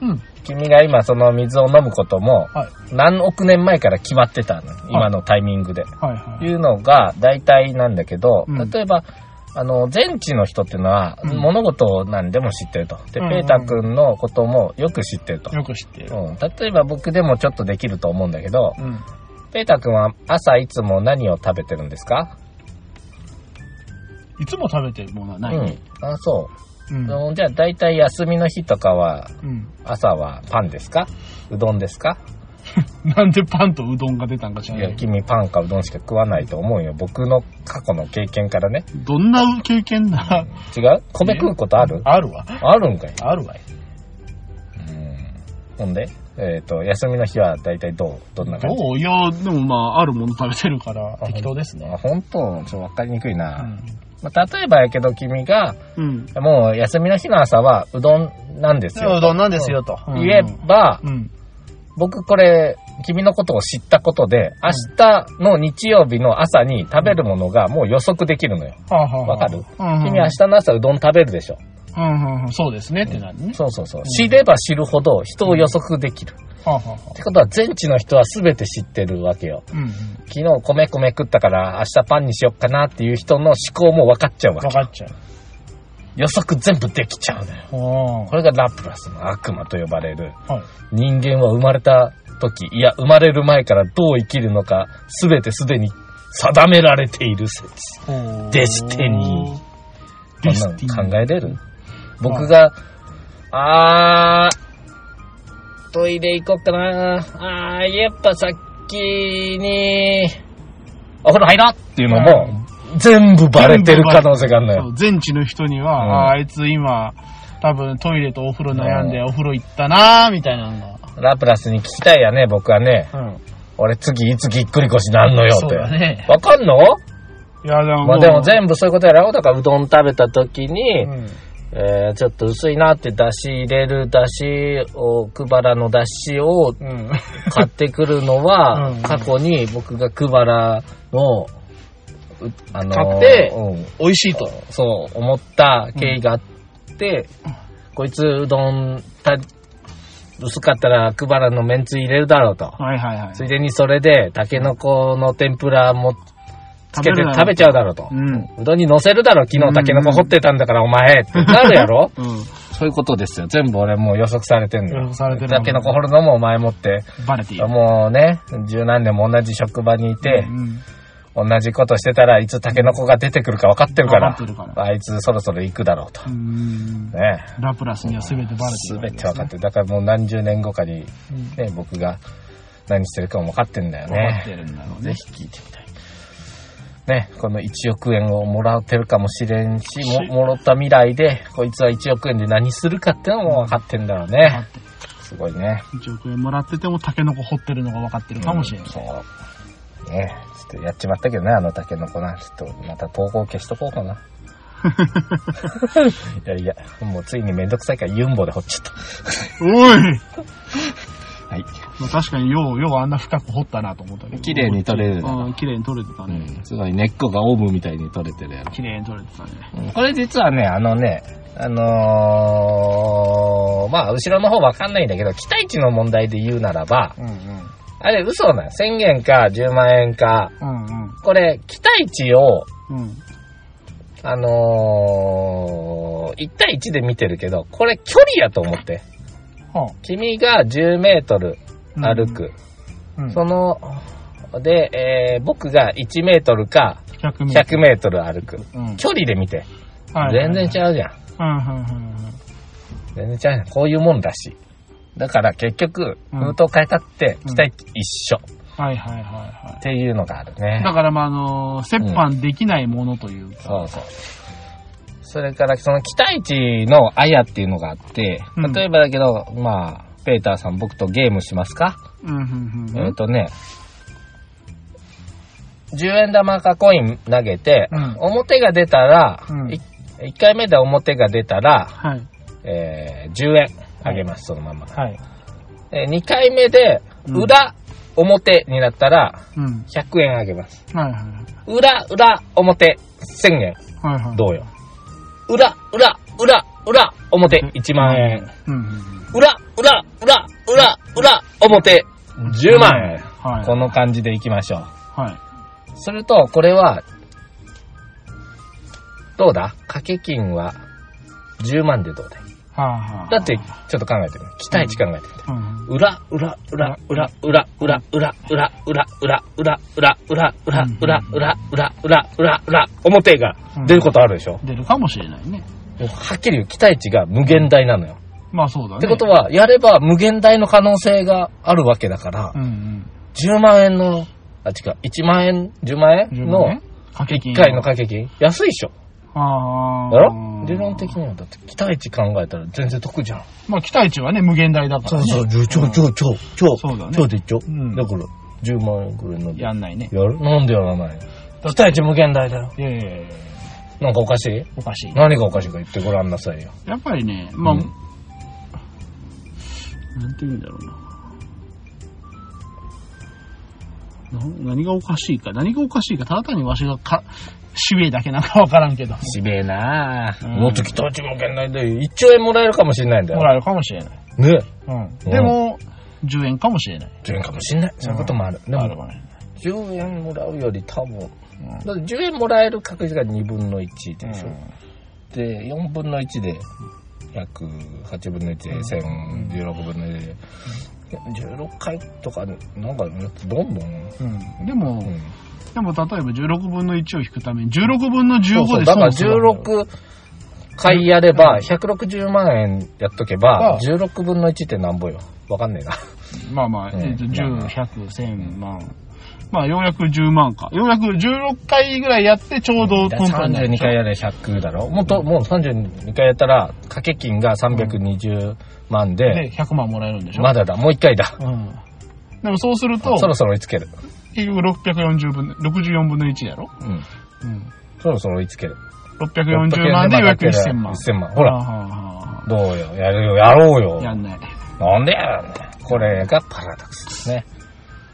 S2: うん。
S1: 君が今その水を飲むことも、
S2: はい。
S1: 何億年前から決まってたの。今のタイミングで。、
S2: はいはいい。
S1: うのが大体なんだけど、
S2: うん
S1: 例えば、あの、全知の人っていうのは、
S2: うん
S1: 物事を何でも知ってると。で、
S2: うんうん
S1: ペータ君のこともよく知ってると。
S2: よく知ってる。
S1: うん、例えば僕でもちょっとできると思うんだけど、
S2: うん。
S1: ペータ君は朝いつも何を食べてるんですか
S2: いつも食べてるものはないうね。
S1: ん。あ、そう。
S2: うん。
S1: うんじゃあ大体休みの日とかは、
S2: うん。
S1: 朝はパンですかうどんですか
S2: なんでパンとうどんが出たんか知ら
S1: い
S2: な
S1: や、
S2: い。
S1: 君パンかうどんしか食わないと思うよ。僕の過去の経験からね。
S2: どんな経験だ
S1: 違う米食うことある
S2: あるわ。
S1: あるんかい。
S2: あるわい。
S1: うん。ほんで、えっ、と、休みの日は大体どうどんな感じ
S2: どういや、でもまあ、あるもの食べてるから、適当ですね。
S1: あ、本当ちょっとわかりにくいうな。
S2: ん。
S1: まあ、例えばやけど君が、
S2: うん。
S1: もう休みの日の朝はうどんなんですよ。
S2: うどんなんですよ、と。
S1: 言えば、
S2: うん。
S1: 僕これ、君のことを知ったことで、明日の日曜日の朝に食べるものがもう予測できるのよ。
S2: はあはあはあ
S1: わかる
S2: うんうん
S1: 君明日の朝うどん食べるでしょ。
S2: うんうんうん、そうですねってなるね。
S1: そうそうそう。知れば知るほど人を予測できる。
S2: はあはあはあ
S1: ってことは全知の人は全て知ってるわけよ。
S2: うんうん。
S1: 昨日米米食ったから明日パンにしよっかなっていう人の思考も分かっちゃうわけ
S2: 分。かっちゃう。
S1: 予測全部できちゃうのよ。
S2: は
S1: これがラプラスの悪魔と呼ばれる。
S2: あはい。
S1: 人間は生まれた時、いや生まれる前からどう生きるのか全てすでに定められている説。
S2: ほう
S1: デスティニこ
S2: デ
S1: ん
S2: ス
S1: な
S2: ティ
S1: の
S2: ニ
S1: 考えれる僕が、あー、トイレ行こっかな。あー、やっぱさっきに、お風呂入ろうっていうのも、全部バレてる可能性があるの
S2: そ
S1: よ。
S2: う全地の人には、
S1: うん
S2: あああいつ今、多分トイレとお風呂悩んで
S1: う
S2: お風呂行ったなーみたいなの
S1: ラプラスに聞きたいやね、僕はね。
S2: が。うん。
S1: 俺次いつぎっくり腰なんのよって。
S2: そうだね。
S1: わかんの
S2: いや、でもう
S1: まあでも全部そういうことやろだからうどん食べた時に、
S2: うん
S1: えーちょっと薄いなって出汁入れる出汁を、クバラの出汁を
S2: うん。
S1: 買ってくるのは、
S2: うんうん
S1: 過去に僕がクバラの、うあのー
S2: 買って
S1: うん
S2: 美味しいと。
S1: そう思った経緯があって、こいつうどんた薄かったらクバラのめんつゆ入れるだろうと。
S2: はいはいはい。
S1: ついでにそれで、タケノコの天ぷらもつけて
S2: るなら
S1: 食べちゃうだろうと
S2: う。ん。
S1: うどんに乗せるだろ、昨日タケノコ掘ってたんだからお前ってなるやろ
S2: うん。
S1: そういうことですよ。全部俺もう予測されてんのよ。
S2: 予測されてる
S1: タケノコ掘るのもお前もって、
S2: バレていい。
S1: もうね、十何年も同じ職場にいて
S2: う、ん。
S1: 同じことしてたらいつタケノコが出てくるか分かってるから
S2: 分かってるか、ら
S1: あいつそろそろ行くだろうと
S2: う。ん。
S1: ね
S2: ラプラスには全てバレてい
S1: す
S2: る。
S1: べて分かってる。だからもう何十年後かに、ね、僕が何してるかも分かってんだよ
S2: 分か
S1: ね
S2: っ。てるんだろう
S1: ぜ
S2: ね。
S1: ひ聞いてみたい。ね、この1億円をもらってるかもしれんし、も、もらった未来で、こいつは1億円で何するかってのも分かってんだろう
S2: 分か
S1: ね
S2: っ。てる
S1: すごいね。
S2: 1億円もらってても、タケノコ掘ってるのが分かってるかもしれない。
S1: そう。ねちょっとやっちまったけどね、あのタケノコな。ちょっとまた投稿消しとこうか な。いやいや、もうついにめんどくさいからユンボで掘っちゃっ
S2: おい
S1: た。はい。
S2: まあ、確かによう、ようあんな深く掘ったなと思ったけど。
S1: 綺麗に取れるな
S2: うん、綺麗に取れてたね。
S1: うん、すごい根っこがオーブみたいに取れてるやろ。
S2: 綺麗に取れてたね。
S1: これ実はね、あのね、あのーまあ、後ろの方わかんないんだけど、期待値の問題で言うならば、
S2: うん
S1: あれ嘘なん1000円か10万円か、
S2: うん。うん
S1: これ、期待値を、
S2: うん。うん。
S1: あのー1対1で見てるけど、これ距離やと思って。
S2: は
S1: 君が10メートル
S2: あ、
S1: 歩く。
S2: うん。うん、
S1: その、で、えー僕が1メートルか
S2: 100ミリ。
S1: 100メートル歩く。
S2: うん。
S1: 距離で見て。
S2: はい
S1: 全然
S2: う。
S1: 違うじゃん。
S2: うん、うん、うん。
S1: 全然ちゃうやんこういうもんだし。だから結局、
S2: うん
S1: 封筒変えたって、期待値一緒っ
S2: はいはいはいは
S1: ていうのがあるね
S2: い。。だから、まあ、あのー、折半できないものというか。
S1: そうそう。それから、その期待値のあやっていうのがあって
S2: うん、
S1: 例えばだけど、まあ、ペーターさん僕とゲームしますか、
S2: うん、うん、うん。
S1: えっ、とね、10円玉かコイン投げて、
S2: うん
S1: 表が出たら、
S2: うん
S1: 1回目で表が出たら、
S2: はい。
S1: えー10円あげます、そのまま。
S2: はい。
S1: え2回目で
S2: うん
S1: 裏、表になったら
S2: うん。
S1: 100円あげます
S2: はいはい。
S1: 裏裏表1000円
S2: はいはい。
S1: どうよ裏裏裏裏表1万円
S2: うん、うん、うん。
S1: 裏裏裏裏裏表10万円
S2: はい。
S1: この感じでいきましょう
S2: はい。
S1: するとこれはどうだ掛け金は10万でどうだい
S2: はあ、はあ。
S1: だって、ちょっと考えてみる期待値考えてみる
S2: うんうん。
S1: 裏裏裏裏裏裏裏裏裏裏裏裏裏裏裏裏裏裏裏裏表が出ることあるでしょ
S2: 出るかもしれないね。
S1: もうはっきり言う期待値が無限大なのよ
S2: まあ、そうだね。
S1: ってことはやれば無限大の可能性があるわけだから
S2: うん、うん。
S1: 10万円のあ違う1万円10万円
S2: 10万
S1: の
S2: 円掛け金
S1: 1回の掛け金安いでしょ
S2: ああ。
S1: だろ理論的にはだって期待値考えたら全然得じゃん
S2: まあ、期待値はね、無限大だから、ね。
S1: 超超超超
S2: そうだね
S1: 超で一丁
S2: うん
S1: だから10万円くらいの
S2: やんないね。
S1: やるなんでやらないの期待値無限大だよ。
S2: いやいやいや
S1: なんかおかしい
S2: おかしい。
S1: 何がおかしいか言ってごらんなさいよ。
S2: やっぱりね、まあ、
S1: うん
S2: なんて言うんだろうな。な何がおかしいか、何がおかしいか、ただ単にわしがか、しびれだけなんかわからんけど。
S1: しべえなぁ。
S2: うん
S1: もっと期待値無限大だよ。1兆円もらえるかもしれないんだ
S2: も
S1: よ。
S2: らえるかもしれない。
S1: ね。
S2: うん。
S1: うん
S2: でも、10円かもしれない。
S1: 10円かもしれない。そういうこともある。で
S2: あ
S1: も、
S2: るね。
S1: 10円もらうより多分、だ
S2: うん
S1: って10円もらえる確率が2分の1でしょ。
S2: うん
S1: で、4分の1で、108分の1で1000、16分の1で、16回とか、なんか、どんどん。
S2: うんでも、
S1: うん
S2: でも例えば16分の1を引くために、16分の15で
S1: そうそうだから
S2: 損するわけよ
S1: 16回やれば、160万円やっとけば、16分の1ってなんぼよ。わかんねえな。
S2: まあまあ、
S1: うん
S2: えっと
S1: まあま
S2: 10、
S1: あ
S2: 100、1000万、まあ、ようやく10万か。ようやく16回ぐらいやって、ちょうどトントンになる
S1: 32回やれ100だろもっと、もう32回やったら、掛け金が320万で、
S2: で、100万もらえるんでしょ
S1: まだだ、もう1回だ。
S2: うん。でもそうすると、
S1: そろそろ追いつける。
S2: 結局640分、64分の1やろ
S1: うん。
S2: うん。
S1: そろそろ追いつける。
S2: 640万で予約1000万。
S1: 1000万。ほら、
S2: あーはーはーは
S1: どうよ、やるよ、やろう
S2: ー
S1: よ。
S2: やんない。
S1: なんでやねんこれがパラダックスですね。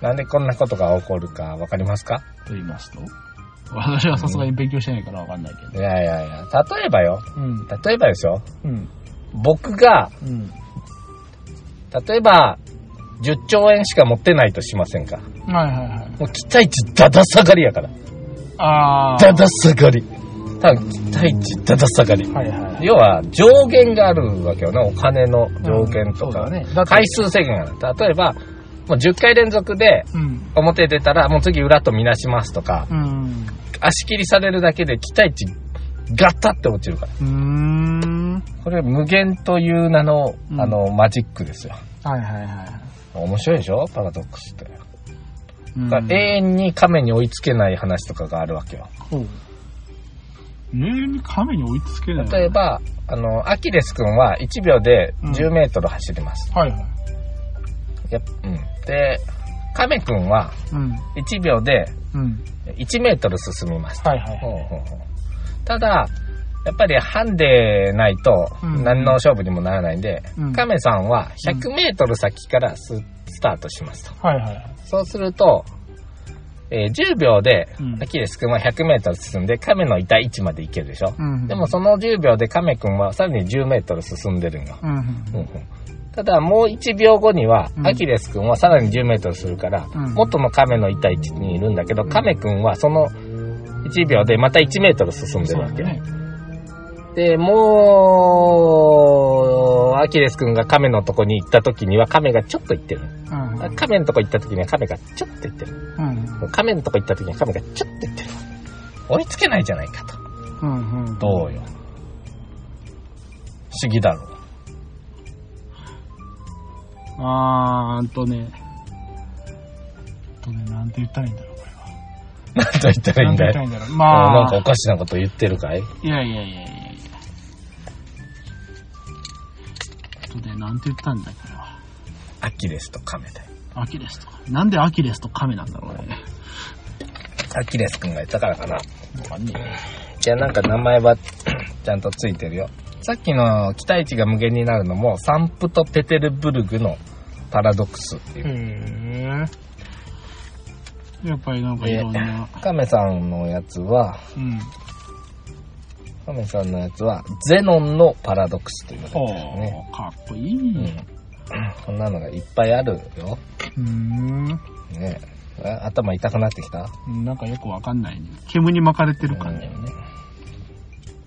S1: なんでこんなことが起こるかわかりますか
S2: と言いますと、私はさすがに勉強してないからわかんないけ
S1: い
S2: ど。
S1: やいやいや、例えばよ。
S2: うん。
S1: 例えばですよ。
S2: うん。
S1: 僕が、
S2: うん。
S1: 例えば、10兆円しか持ってないとしませんか。
S2: はいはいはい。
S1: もう期待値だだ下がりやから。
S2: あー。
S1: だだ下がり。多分期待値だだ下がり。
S2: はいはい。
S1: 要は上限があるわけよね。お金の上限とか。
S2: うんそうだねだって
S1: 回数制限がある。例えば、もう10回連続で
S2: うん。
S1: 表出たら、もう次裏と見なしますとか、
S2: うん。
S1: 足切りされるだけで期待値ガタって落ちるから。
S2: うーん。
S1: これ無限という名の、
S2: うん
S1: あの、マジックですよ。
S2: はいはいは
S1: 面白いでしょパラドックスって。
S2: い。うん
S1: だから永遠に亀に追いつけない話とかがあるわけよ。
S2: ほう。永遠に亀に追いつけない。
S1: 例えば、あの、アキレス君は1秒で10メートル走ります。
S2: はいはい。
S1: やっうん、で、亀君は
S2: うん。
S1: 1秒で
S2: うん。
S1: 1メートル進みました。
S2: はいはい。
S1: ほうほうほうただ、やっぱりハンデないと
S2: うん
S1: 何の勝負にもならないんで、
S2: うん
S1: 亀さんは100メートル先からススタートしますと。
S2: はいはい。
S1: そうすると、えー10秒で
S2: うん
S1: アキレス君は100メートル進んで亀のいた位置まで行けるでしょ。
S2: うん。
S1: でも、その10秒で亀くんはさらに10メートル進んでるんよ。
S2: うん。
S1: うんうんただもう1秒後には、
S2: うん
S1: アキレスくんはさらに10メートルするから、
S2: うん
S1: 元の亀のいた位置にいるんだけど、亀くんはその1秒でまた1メートル進んで
S2: そ
S1: る
S2: う
S1: わ
S2: だ
S1: け。
S2: ね。
S1: で、もう、アキレスくんが亀のとこに行った時には亀がちょっと行ってる。
S2: うん。
S1: 亀のとこ行った時には亀がちょっと行ってる。
S2: うん。
S1: 亀のとこ行った時には亀がちょっと行ってる。追いつけないじゃないかと。
S2: うん。うん。
S1: どうよ。不思議だろう。
S2: あーんとね。あとね、なんて言ったらいいんだろう、これは。
S1: なんと言ったらいい
S2: なん
S1: ん
S2: て
S1: だ
S2: 言
S1: よ
S2: ったら。いいんだろ
S1: あ
S2: う。
S1: ー
S2: ま
S1: なんか
S2: あ
S1: お、かしなこと言ってるかい
S2: いやいやいやいやいや。あとね、なんて言ったんだ、これは。
S1: アキレスとカメだよ。
S2: アキレスとか。なんでアキレスとカメなんだろうね。
S1: アキレスくんが言ったからかな。い
S2: わかんねえ。
S1: や、なんか名前は ちゃんとついてるよ。さっきの期待値が無限になるのも、サンプトペテルブルグのパラドックスっていう。
S2: へえ。やっぱりなんかい
S1: で
S2: ろんな。、
S1: カメさんのやつは、
S2: うん。
S1: カメさんのやつは、ゼノンのパラドックスっていうのが
S2: ほ
S1: あるんだよね。
S2: う、かっこいい。
S1: うん。こんなのがいっぱいあるよ。
S2: うーん。
S1: ねえ頭痛くなってきた
S2: なんかよくわかんないね。煙に巻かれてる感じ。
S1: ね。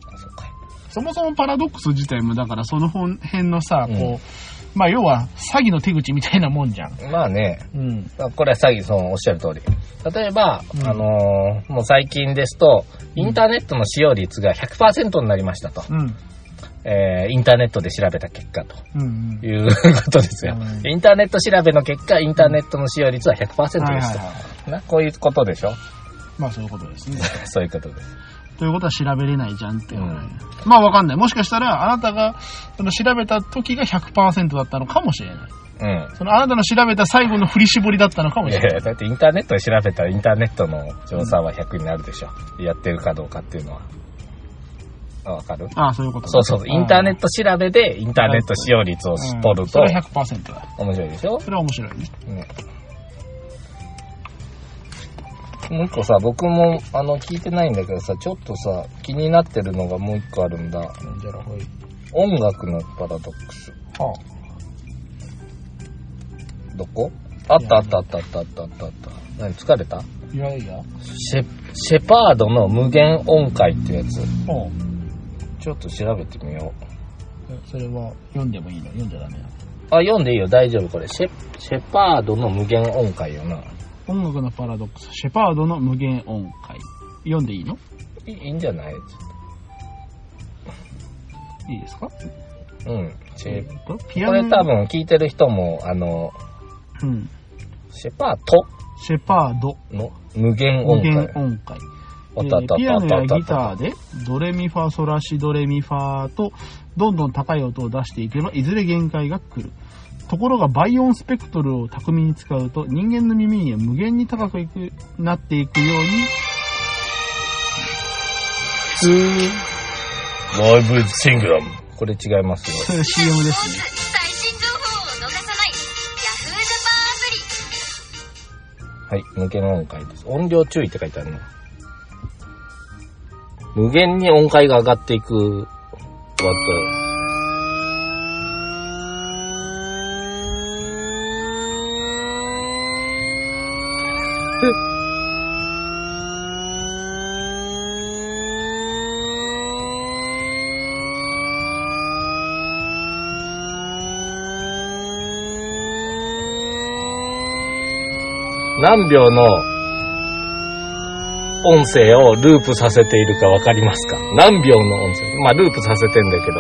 S1: あ、そっか。
S2: そもそもパラドックス自体もだからその辺のさ、
S1: うん
S2: こう、まあ要は詐欺の手口みたいなもんじゃん。
S1: まあね、
S2: うん。
S1: これは詐欺、そのおっしゃる通り。例えば、
S2: うん
S1: あのーもう最近ですと、インターネットの使用率が100%になりましたと。
S2: うん。
S1: えーインターネットで調べた結果と
S2: うんうん。
S1: いうことですよ。
S2: うん
S1: インターネット調べの結果、インターネットの使用率は100%でした。
S2: はいはいは
S1: なこういうことでしょ
S2: い。まあそういうことですね。
S1: そういうことです。
S2: ということは調べれないじゃんっていう、
S1: うん
S2: まあわかんない。もしかしたらあなたがその調べた時が100%だったのかもしれない。
S1: うん。
S2: そのあなたの調べた最後の振り絞りだったのかも
S1: い
S2: しれ
S1: やい
S2: な
S1: や
S2: い。
S1: だってインターネットで調べたらインターネットの調査は100になるでしょ。やってるかどうかっていうのは。あわかる
S2: ああ、そういうことね
S1: そうそう。インターネット調べでインターネット使用率を取ると
S2: うんそれは100%だ。
S1: 面白いでしょ
S2: それは面白いね。
S1: ね。もう一個さ、僕も、あの、聞いてないんだけどさ、ちょっとさ、気になってるのがもう一個あるんだ。
S2: じゃあ、ほい。
S1: 音楽のパラドックス。
S2: あ
S1: どこあったあったあったあったあったあったあった。何、疲れた
S2: あ。いやいや。
S1: シェ、シェパードの無限音階ってやつ。
S2: おう
S1: ちょっと調べてみよう。
S2: えそれは読んでもいいの読んじゃダメなの
S1: あ、読んでいいよ、大丈夫、これ。シェ、シェパードの無限音階よな。
S2: 音楽のパラドックス、シェパードの無限音階。読んでいいの
S1: いいいんじゃない
S2: いいですか
S1: うん。シェ、こ
S2: とピアノ。
S1: れ多分聞いてる人も、あの、
S2: うん。
S1: シェパート
S2: シェパード、
S1: の無限音
S2: 無限
S1: 階。
S2: 音階。
S1: お
S2: え
S1: たた
S2: ーピア
S1: た
S2: ノや
S1: たた
S2: ギターで、ドレミファソラシドレミファと、どんどん高い音を出していければ、いずれ限界が来る。ところが倍音スペクトルを巧みに使うと、人間の耳には無限に高くいくなっていくように、
S1: 普通。ライブシングル。これ違いますよ。
S2: それ CM ですね。
S3: 最新情報を逃さない Yahoo ジャパンアプリ
S1: はい、無限音階です。音量注意って書いてあるな。無限に音階が上がっていく。わけ何秒の音声をループさせているかわかりますか何秒の音声まあ、ループさせてんだけど。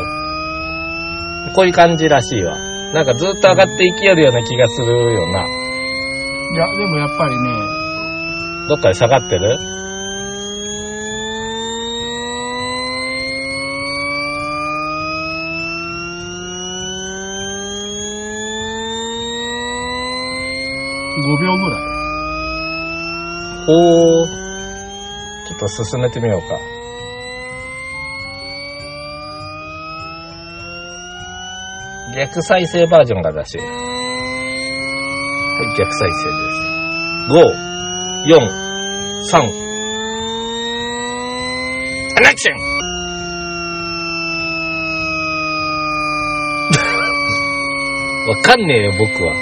S1: こういう感じらしいわ。なんかずっと上がっていきよるような気がするよな。
S2: いや、でもやっぱりね、
S1: どっかで下がってる
S2: 5秒ぐらい。
S1: おー。ちょっと進めてみようか。逆再生バージョンが出しい。はい、逆再生です。5、4、3。アナクション わかんねえよ、僕は。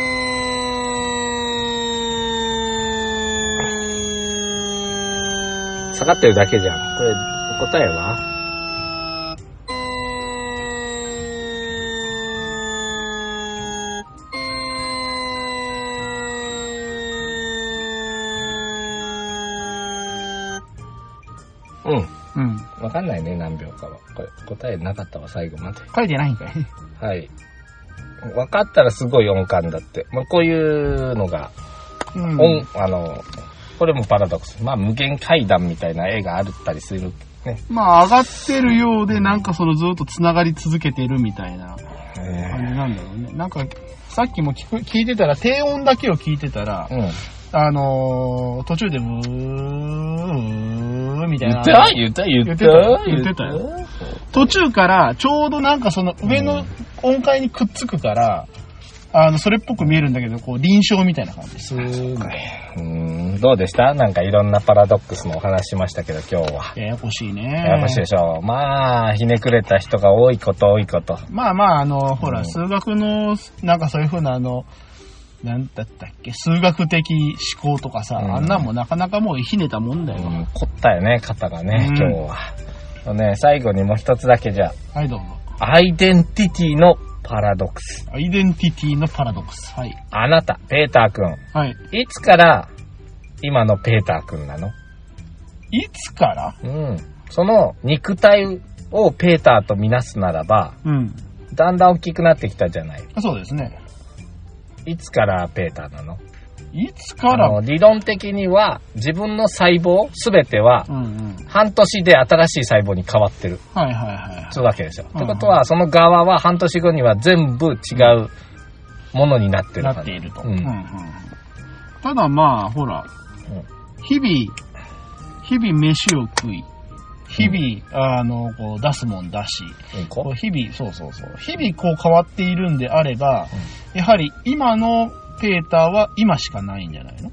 S1: 下がってるだけじゃん。これ、答えはうん。
S2: うん。
S1: わかんないね、何秒かは。これ、答えなかったわ、最後まで。
S2: 書いてないんかい。
S1: はい。わかったらすごい音感だって。まあ、こういうのが、
S2: うん
S1: 音、あの、これもパラドックス。まあ、無限階段みたいな絵があったりする。ね。
S2: まあ、上がってるようで、なんかそのずっと繋がり続けてるみたいな感じなんだろうね。なんか、さっきも聞く聞いてたら、低音だけを聞いてたら、
S1: うん。
S2: あのー、途中でブー、みたい
S1: 言
S2: な
S1: っ。た言った言った
S2: 言ってたよ途中から、ちょうどなんかその上の音階にくっつくから、あの、それっぽく見えるんだけど、こう、臨床みたいな感じです。
S1: うんどうでしたなんかいろんなパラドックスのお話しましたけど、今日は。
S2: ややこしいね。
S1: ややこしいでしょう。まあ、ひねくれた人が多いこと多いこと。
S2: まあまあ、あの、ほ
S1: う
S2: ら、
S1: ん
S2: 数学の、なんかそういうふうな、あの、なんだったっけ、数学的思考とかさ、
S1: うん
S2: あんなんもなかなかもうひねたもんだ
S1: う
S2: よ。
S1: ん、凝ったよね、方がね、
S2: うん
S1: 今日は。そうね、最後にもう一つだけじゃ
S2: はい、どうも。
S1: あ、アイデンティティのパラドックス。
S2: アイデンティティのパラドックス。はい。
S1: あなた、ペーターくん。
S2: はい。
S1: いつから、今のペーターくんなの
S2: いつから
S1: うん。その肉体をペーターとみなすならば、
S2: うん。
S1: だんだん大きくなってきたじゃない。
S2: あそうですね。
S1: いつからペーターなの
S2: いつか
S1: あの
S2: ら
S1: 理論的には自分の細胞すべては
S2: うんうん。
S1: 半年で新しい細胞に変わってる
S2: はいはいは
S1: そういうわけでしょ。っ
S2: うん
S1: てことはその側は半年後には全部違うものになって
S2: い。
S1: る
S2: な
S1: 感じ
S2: っていると。
S1: う
S2: うん
S1: ん
S2: うんただまあ、ほら、日々、日々飯を食い、日々、あの、こう、出すもん出し、
S1: うん
S2: こ
S1: こ
S2: う日々、そうそうそう。日々こう変わっているんであれば、やはり今のペーターは今しかないんじゃないの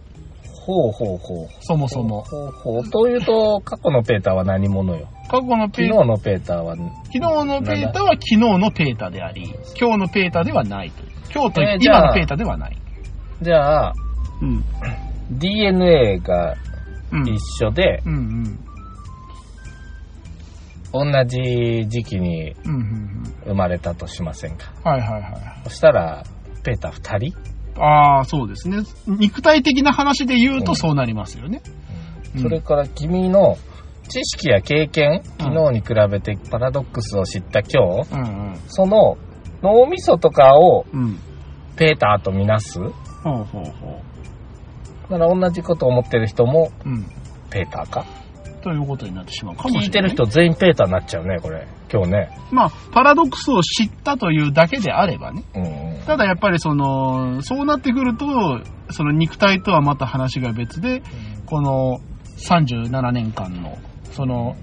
S1: ほうほうほう。
S2: そもそも。
S1: ほうほう。というと過去のペーターは何者よ
S2: 過去の
S1: 昨
S2: ペ
S1: 日
S2: ー、
S1: のペーターは
S2: 昨日のペーターは昨日のペーターであり、今日のペーターではないという。今日と
S1: えーじゃあ
S2: 今のペーターではない。
S1: じゃあ
S2: うん。
S1: DNA が
S2: うん。
S1: 一緒で
S2: うんうん。
S1: 同じ時期に
S2: うんうんうん。
S1: 生まれたとしませんか。
S2: はいはいは
S1: そしたらペーター二人
S2: い。ああ、そうですね。肉体的な話で言う
S1: う
S2: と
S1: ん
S2: そうなりますよね。うん
S1: それから君の知識や経験、
S2: うん
S1: 昨日に比べてパラドックスを知った今日、
S2: うんうん。
S1: その脳みそとかを
S2: うん。
S1: ペーターとみなす
S2: ほうほうほう。
S1: だから同じこと思ってる人も
S2: うん。
S1: ペーターか
S2: ということになってしまうかもしれな
S1: 聞
S2: い。
S1: いてる人全員ペーターになっちゃうねこれ今日ね
S2: まあ、パラドックスを知ったというだけであればね。
S1: うん
S2: ただやっぱりその、そうなってくると、その肉体とはまた話が別で、この37年間の、その、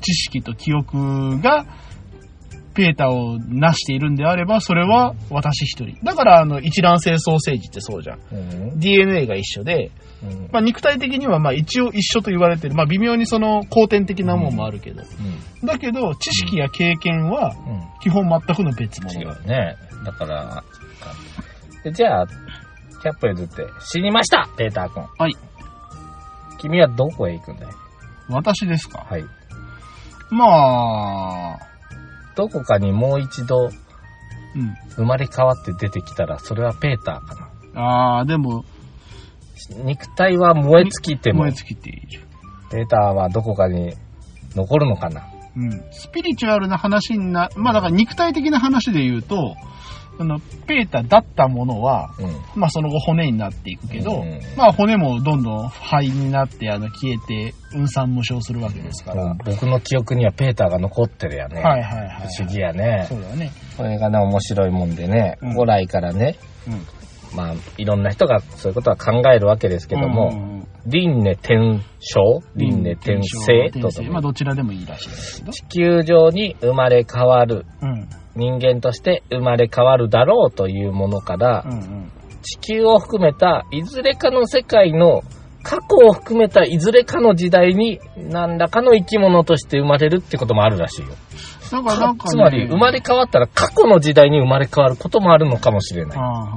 S2: 知識と記憶が、ペーターを成しているんであれば、それは私一人。だから、あの、一卵性ソーセージってそうじゃん。
S1: うん
S2: DNA が一緒で、
S1: うんうん
S2: まあ、肉体的にはまあ一応一緒と言われてる。まあ、微妙にその、後天的なもんもあるけど。だけど、知識や経験は、
S1: うん
S2: 基本全くの別
S1: 違
S2: 物だ。
S1: うね。だから、あでじゃあ、キャップ譲って、死にましたペーター君。
S2: はい。
S1: 君はどこへ行くんだい
S2: 私ですか
S1: はい。
S2: まあ、
S1: どこかにもう一度
S2: うん。
S1: 生まれ変わって出てきたら、それはペーターかな。
S2: ああ、でも、
S1: 肉体は燃え尽きても
S2: 燃え、尽きている。
S1: ペーターはどこかに残るのかな。
S2: うん。スピリチュアルな話にな、まあだから肉体的な話で言うと、あの、ペータだったものは、
S1: うん。
S2: まあその後骨になっていくけど、
S1: うん
S2: まあ骨もどんどん灰になって、あの、消えて、運算無償するわけですから。
S1: もう僕の記憶にはペーターが残ってるやね。
S2: はいはいはい、
S1: 不
S2: はい。
S1: 思議やね。
S2: そうだね。
S1: これがね、面白いもんでね、
S2: うん
S1: 古来からね、
S2: うん。
S1: まあ、いろんな人がそういうことは考えるわけですけども、
S2: うん、
S1: 輪廻転生輪廻転生と
S2: 転
S1: と
S2: 生。
S1: も
S2: まあ
S1: に
S2: どちらでもいいらしいですけど。
S1: 地球上に生まれ変わる
S2: うん。
S1: 人間として生まれ変わるだろうというものから、
S2: うんうん。
S1: 地球を含めたいずれかの世界の過去を含めたいずれかの時代に何らかの生き物として生まれるってこともあるらしいよ。
S2: だからなんか、ね、
S1: つまり生まれ変わったら過去の時代に生まれ変わることもあるのかもしれない。
S2: ああ。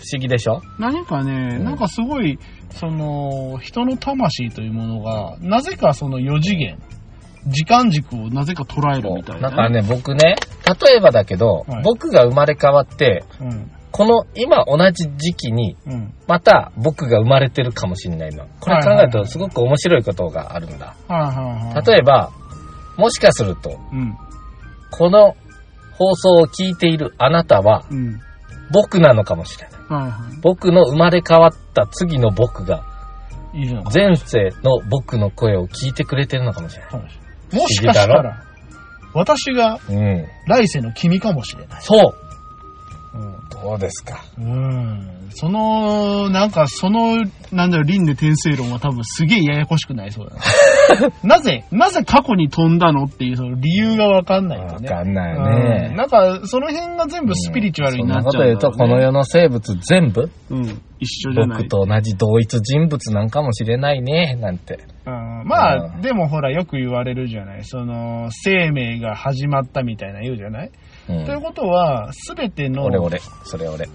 S1: 不思議でしょ
S2: 何かね、
S1: うん
S2: なんかすごい、その、人の魂というものが、なぜかその4次元、時間軸をなぜか捉えるみたいな。
S1: だからね、僕ね、例えばだけど、
S2: はい
S1: 僕が生まれ変わって、
S2: うん、
S1: この今同じ時期に
S2: うん。
S1: また僕が生まれてるかもしれないの。これ考えるとすごく面白いことがあるんだ。
S2: はいはいはい。
S1: 例えば、もしかすると、
S2: うん、
S1: この放送を聞いているあなたは
S2: うん。
S1: 僕なのかもしれない。
S2: はいは
S1: 僕の生まれ変わった次の僕が、
S2: い。いるのか
S1: 前世の僕の声を聞いてくれてるのかもしれない。
S2: もしれないもしかした
S1: 不思議だ
S2: ら、私が
S1: うん。
S2: 来世の君かもしれない。
S1: そう
S2: うん。
S1: どうですか
S2: うん。その、なんかその、なんだろう、輪廻転生論は多分すげえややこしくなりそうだ な。なぜ、なぜ過去に飛んだのっていうその理由がわかんない
S1: わ
S2: とね。
S1: かんな
S2: う
S1: い
S2: ん
S1: ね。
S2: なんか、その辺が全部スピリチュアルになっちゃう
S1: そんなこと言うと、この世の生物全部、
S2: 世。うん。一緒じゃない。
S1: 僕と同じ同一人物なんかもしれないね、なんて。
S2: うんまあ、
S1: うん
S2: でもほら、よく言われるじゃない。その、生命が始まったみたいな言うじゃない、
S1: うん
S2: ということは、すべての、
S1: 俺俺、それ俺。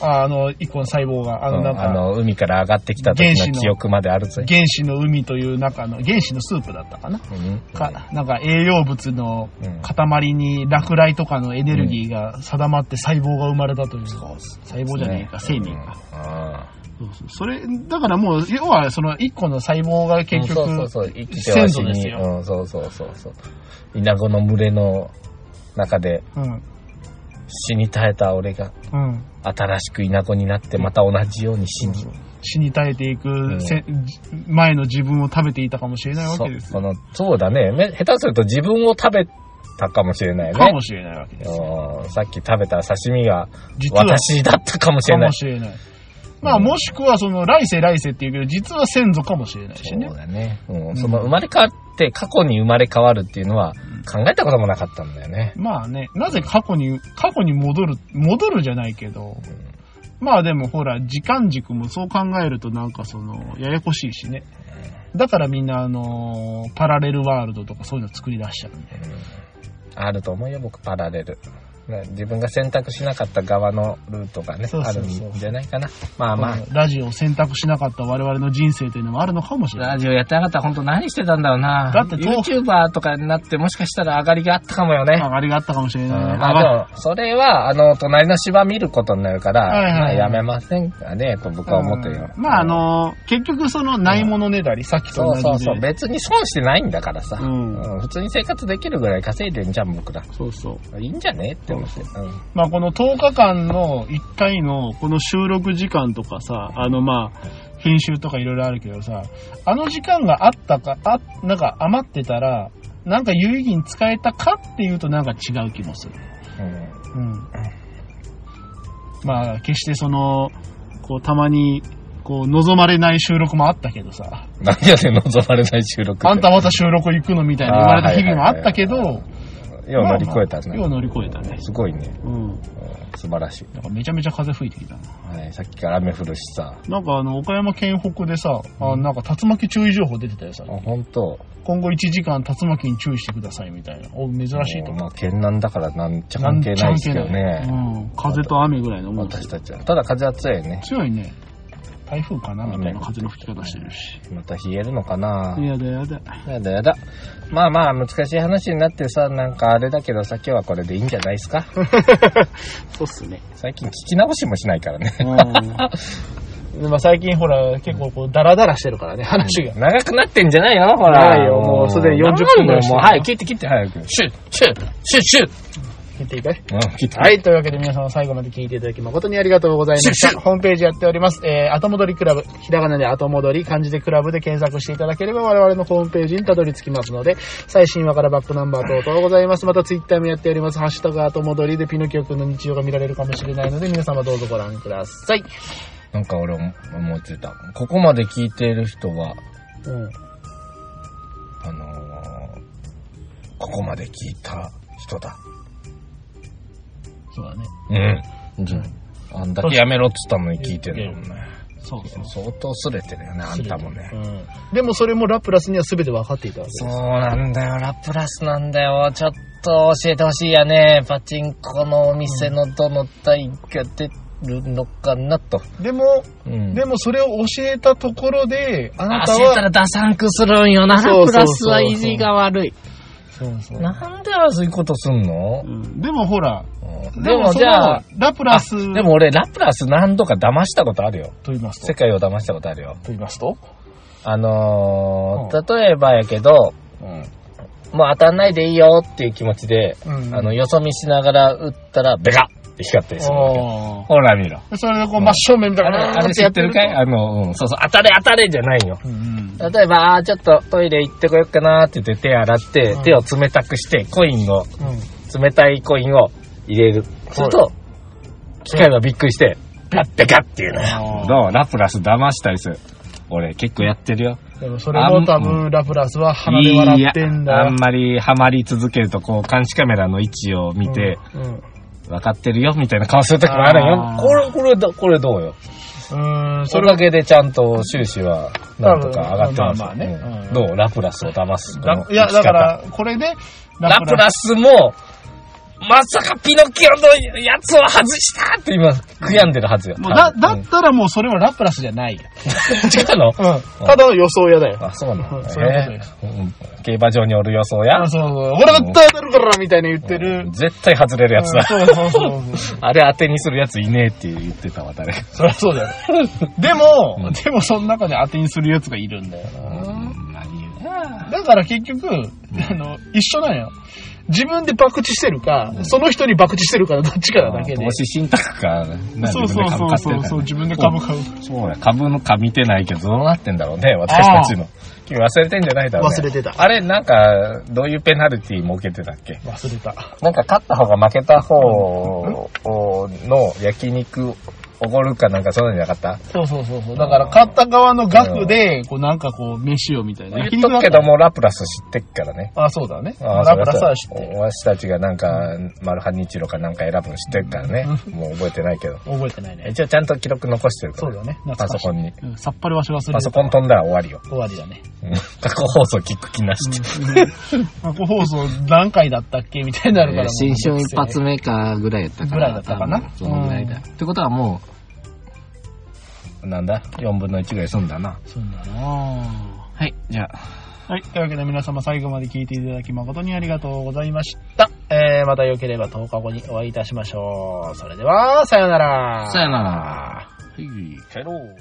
S2: ああの、一個の細胞が、あの、
S1: うん
S2: なん
S1: あ
S2: か、
S1: の、海から上がってきた時
S2: 原子
S1: の
S2: の
S1: 記憶まであるぜ。
S2: 原子の海という中の、原子のスープだったかな。
S1: うん
S2: かなんか栄養物の
S1: うん
S2: 塊に落雷とかのエネルギーが定まって細胞が生まれたという、細胞じゃねえか、生命か。
S1: うんあ
S2: そうそうそれ、だからもう、要はその一個の細胞が
S1: ー
S2: 結
S1: うんそう
S2: 局、
S1: そうそう、生きては死
S2: 先祖です
S1: に、
S2: よ
S1: うん、そうそうそうそう。イナゴの群れの中で
S2: うん、
S1: 死に絶えた俺が、
S2: うん、
S1: 新しくイナゴになってまた同じように死に。
S2: 死に絶えていく、せ前の自分を食べていたかもしれないわ
S1: そ
S2: け
S1: う
S2: です
S1: こ
S2: よ。
S1: のそうだね。め下手すると自分を食べたかもしれないね。
S2: かもしれないわけですよ。
S1: うんさっき食べた刺身が
S2: 実は、
S1: 私だったかもしれ
S2: か
S1: ない
S2: も。しれない。まあ、もしくは、その、来世来世っていうけど、実は先祖かもしれないしね
S1: そう。だね。うんん、その生まれ変わって過去に生まれ変わるっていうのは考えたこともなかったんだよね。
S2: まあね、なぜ過去に、過去に戻る、戻るじゃないけど、まあでもほら、時間軸もそう考えるとなんかその、ややこしいしね。だからみんなあのーパラレルワールドとかそういうの作り出しちゃうんで。
S1: あると思うよ、僕、パラレル。ね自分が選択しなかった側のルートがね、
S2: そうそうそう
S1: あるんじゃないかな。まあまあ、
S2: ラジオを選択しなかった我々の人生というのもあるのかもしれない。
S1: ラジオやってなかったら本当何してたんだろうな。
S2: だってと
S1: YouTuber とかになってもしかしたら上がりがあったかもよね。
S2: 上がりがあったかもしれ
S1: うん
S2: ないね。
S1: ま
S2: 上が
S1: あでも、それは、あの、隣の芝見ることになるから、
S2: はいはいはい
S1: まあやめませんかね、と僕は思ってるよ。
S2: うんまああのー結局その、ないものねだり、さっき
S1: そ
S2: と同
S1: う
S2: じで。
S1: そうそう。別に損してないんだからさ。
S2: うん
S1: うん普通に生活できるぐらい稼いでんじゃん、僕ら。
S2: そうそう。
S1: いいんじゃねって思って。うん
S2: まあこの10日間の1回のこの収録時間とかさ、あのまあ、編集とかいろいろあるけどさ、あの時間があったか、あ、なんか余ってたら、なんか有意義に使えたかっていうとなんか違う気もする。
S1: うん
S2: うん。まあ、決してその、こう、たまに、こう、望まれない収録もあったけどさ、
S1: 何やねん、望まれない収録。
S2: あんたまた収録行くのみたいな言われた日々もあったけど、
S1: よう乗り越えた
S2: まあまあよう
S1: ね。
S2: 乗り越えたね。
S1: すごいね。
S2: うん。
S1: うん素晴らしい。
S2: なんかめちゃめちゃ風吹いてきたな。
S1: はい、さっきから雨降るしさ。
S2: なんかあの、岡山県北でさ、あなんか竜巻注意情報出てたよさ
S1: あ、。ほんと。
S2: 今後1時間竜巻に注意してくださいみたいな。お、珍しい
S1: もう
S2: と思
S1: まあ、県南だからなんちゃ関係ないですけど
S2: なんちゃ関
S1: ね。
S2: 係ないうん。風と雨ぐらいのもんだ
S1: 私たちは。ただ風は強いね。
S2: 強いね。台風かなみたいな
S1: 雨
S2: 風の吹き方してるし。
S1: また冷えるのかな
S2: やだやだ。
S1: やだやだ。まあまあ、難しい話になってさ、なんかあれだけどさ、今日はこれでいいんじゃないですか
S2: そうっすね。
S1: 最近聞き直しもしないからね。
S2: うん。まあ最近ほら、結構こう、ダラダラしてるからね、話が。
S1: 長くなってんじゃないのほら。
S2: ないよもうすでに40分ぐ
S1: だ
S2: らい
S1: よ、
S2: してる
S1: もう。はい、切って切って早く。
S2: シュッ、シュッ、シュッ、シュッ。見ていいかい
S1: うん、切って。
S2: はい。というわけで皆様最後まで聞いていただき誠にありがとうございました。ホームページやっております。えー、後戻りクラブ。ひらがなで後戻り、漢字でクラブで検索していただければ我々のホームページにたどり着きますので、最新話からバックナンバー等々ございます。またツイッターもやっております。ハッシュタグ後戻りでピノキオ君の日常が見られるかもしれないので、皆様どうぞご覧ください。
S1: なんか俺も思ってた。ここまで聞いている人は、
S2: うん。
S1: あのー、ここまで聞いた人だ。
S2: そうだね。
S1: うん。じゃあ、あんだけやめろっつったのに聞いてるんだもんね。
S2: そうそう。
S1: 相当すれてるよね、あんたもね。
S2: うん。でもそれもラプラスには全て分かっていたわけ
S1: そう
S2: です。
S1: なんだよ、ラプラスなんだよ。ちょっと教えてほしいやね。パチンコのお店のどの台が出るのかなと。
S2: でも、
S1: うん。
S2: でもそれを教えたところで、あなた
S1: 教えた
S2: は、
S1: らダサンクするんよな。
S2: そ
S1: ラ
S2: うそうそう
S1: プラスは意地が悪い。
S2: そうそう
S1: なんでああそういうことすんの
S2: うんでもほら、
S1: うんでもじゃあ、
S2: その、ラプラス
S1: あでも俺、ラプラス何度か騙したことあるよ。
S2: と言います
S1: 世
S2: と。と
S1: 界を騙したことあるよ。
S2: 言いますと、
S1: あの
S2: う
S1: ー、例えばやけど、
S2: うん、
S1: もう当たんないでいいよっていう気持ちで、
S2: うん
S1: あの、よそ見しながら打ったら、ベガって光ったりするわけよ。
S2: お
S1: ほら見ろ。
S2: ーそれでこう真正面みたい
S1: あれ、
S2: な
S1: あれ知ってるかい
S2: や
S1: あの、うん、そうそう、当たれ当たれじゃないよ。
S2: てるとうん
S1: 例えば、あーちょっとトイレ行ってこよっかなーって言って手洗って、
S2: うん
S1: 手を冷たくして、コインを、
S2: うん。
S1: 冷たいコインを入れる。すると、機械はびっくりして、ガッてガッっていうの
S2: あ
S1: よ
S2: ー。
S1: どうラプラス騙したりする。俺結構やってるよ。
S2: でもそれも多
S1: あ
S2: 分ラプラスは鼻で笑ってん
S1: いや
S2: だ
S1: あんまりハマり続けると、こう、監視カメラの位置を見て、、
S2: うんうん
S1: 分かってるよ、みたいな顔するときもあるんよ。
S2: あー
S1: これ、これだ、これどうよ。
S2: うーん、
S1: そ
S2: そ
S1: れ
S2: れ
S1: だけでちゃんと収支は、なんとか上がってます。
S2: まあまあね
S1: うん
S2: うん
S1: どうラプラスを騙す。こ
S2: だ
S1: の
S2: いや、
S1: 生き
S2: だか
S1: 方。
S2: ら、これで、
S1: ラプラスも、まさかピノキオのやつを外したって今、悔やんでるはずよ。
S2: もうだ、だ
S1: 多分
S2: ったらもうそれはラプラスじゃないよ。
S1: うん違うの
S2: うん。ただの予想屋だよ。
S1: あ、そうなの
S2: うんそういうことです
S1: えーうん競馬場におる予想や
S2: あ、。そうそう。俺だったら当たるからみたいな言ってる。
S1: うん絶対外れるやつだ。
S2: うんそうそうそうそう。
S1: あれ当てにするやついねえって言ってたわ、誰か。
S2: そりゃ そうだよ。でも、
S1: うん
S2: でもその中で当てにするやつがいるんだよな。だから結局、あの、一緒なんよ。自分で博打してるか、その人に博打してるかのどっちかなだけで
S1: 投。資信託か、な
S2: そうそうそうそうそう、自分で株買う。
S1: そうや、株のか見てないけど、どうなってんだろうね、私たちの。君忘れてんじゃないだろう、ね。
S2: 忘れてた
S1: あれ、なんか、どういうペナルティ設けてたっけ
S2: 忘れた。
S1: なんか勝った方が負けた方の焼肉おごるかなんかそうなんじゃなかった
S2: そうそうそうそう。だから買った側の額で、こうなんかこう、飯をみたいな。
S1: 言っとくけども、ラプラス知ってっからね。
S2: あ、そうだね。
S1: ああ
S2: ラプラスは知ってる。
S1: 私たちがなんか、マルハニチロかなんか選ぶの知ってるからね。もう覚えてないけど。
S2: 覚えてないね。
S1: 一応ちゃんと記録残してるか
S2: そ
S1: ら。
S2: うだね。懐
S1: パ
S2: かしい
S1: ソコンに。
S2: うんさっぱりわし忘れてた
S1: パソコン飛んだら終わりよ。
S2: 終わりだね。
S1: うん過去放送聞く気なしで。
S2: 過去放送何回だったっけみたいになるから。
S4: 新春一発目かぐらいやったか
S2: ぐらい
S4: ら。
S2: だったかな
S4: 多分そのぐらいだ。ってことはも
S1: なんだ ?4 分の1ぐらい済んだな。
S2: そうだな
S4: う、はい、じゃあ。
S2: はい。というわけで皆様最後まで聞いていただき誠にありがとうございました。えー、また良ければ10日後にお
S1: 啊
S2: 会いいたしましょう。それでは、さようなら。
S4: さよなら。はい
S1: 帰ろう。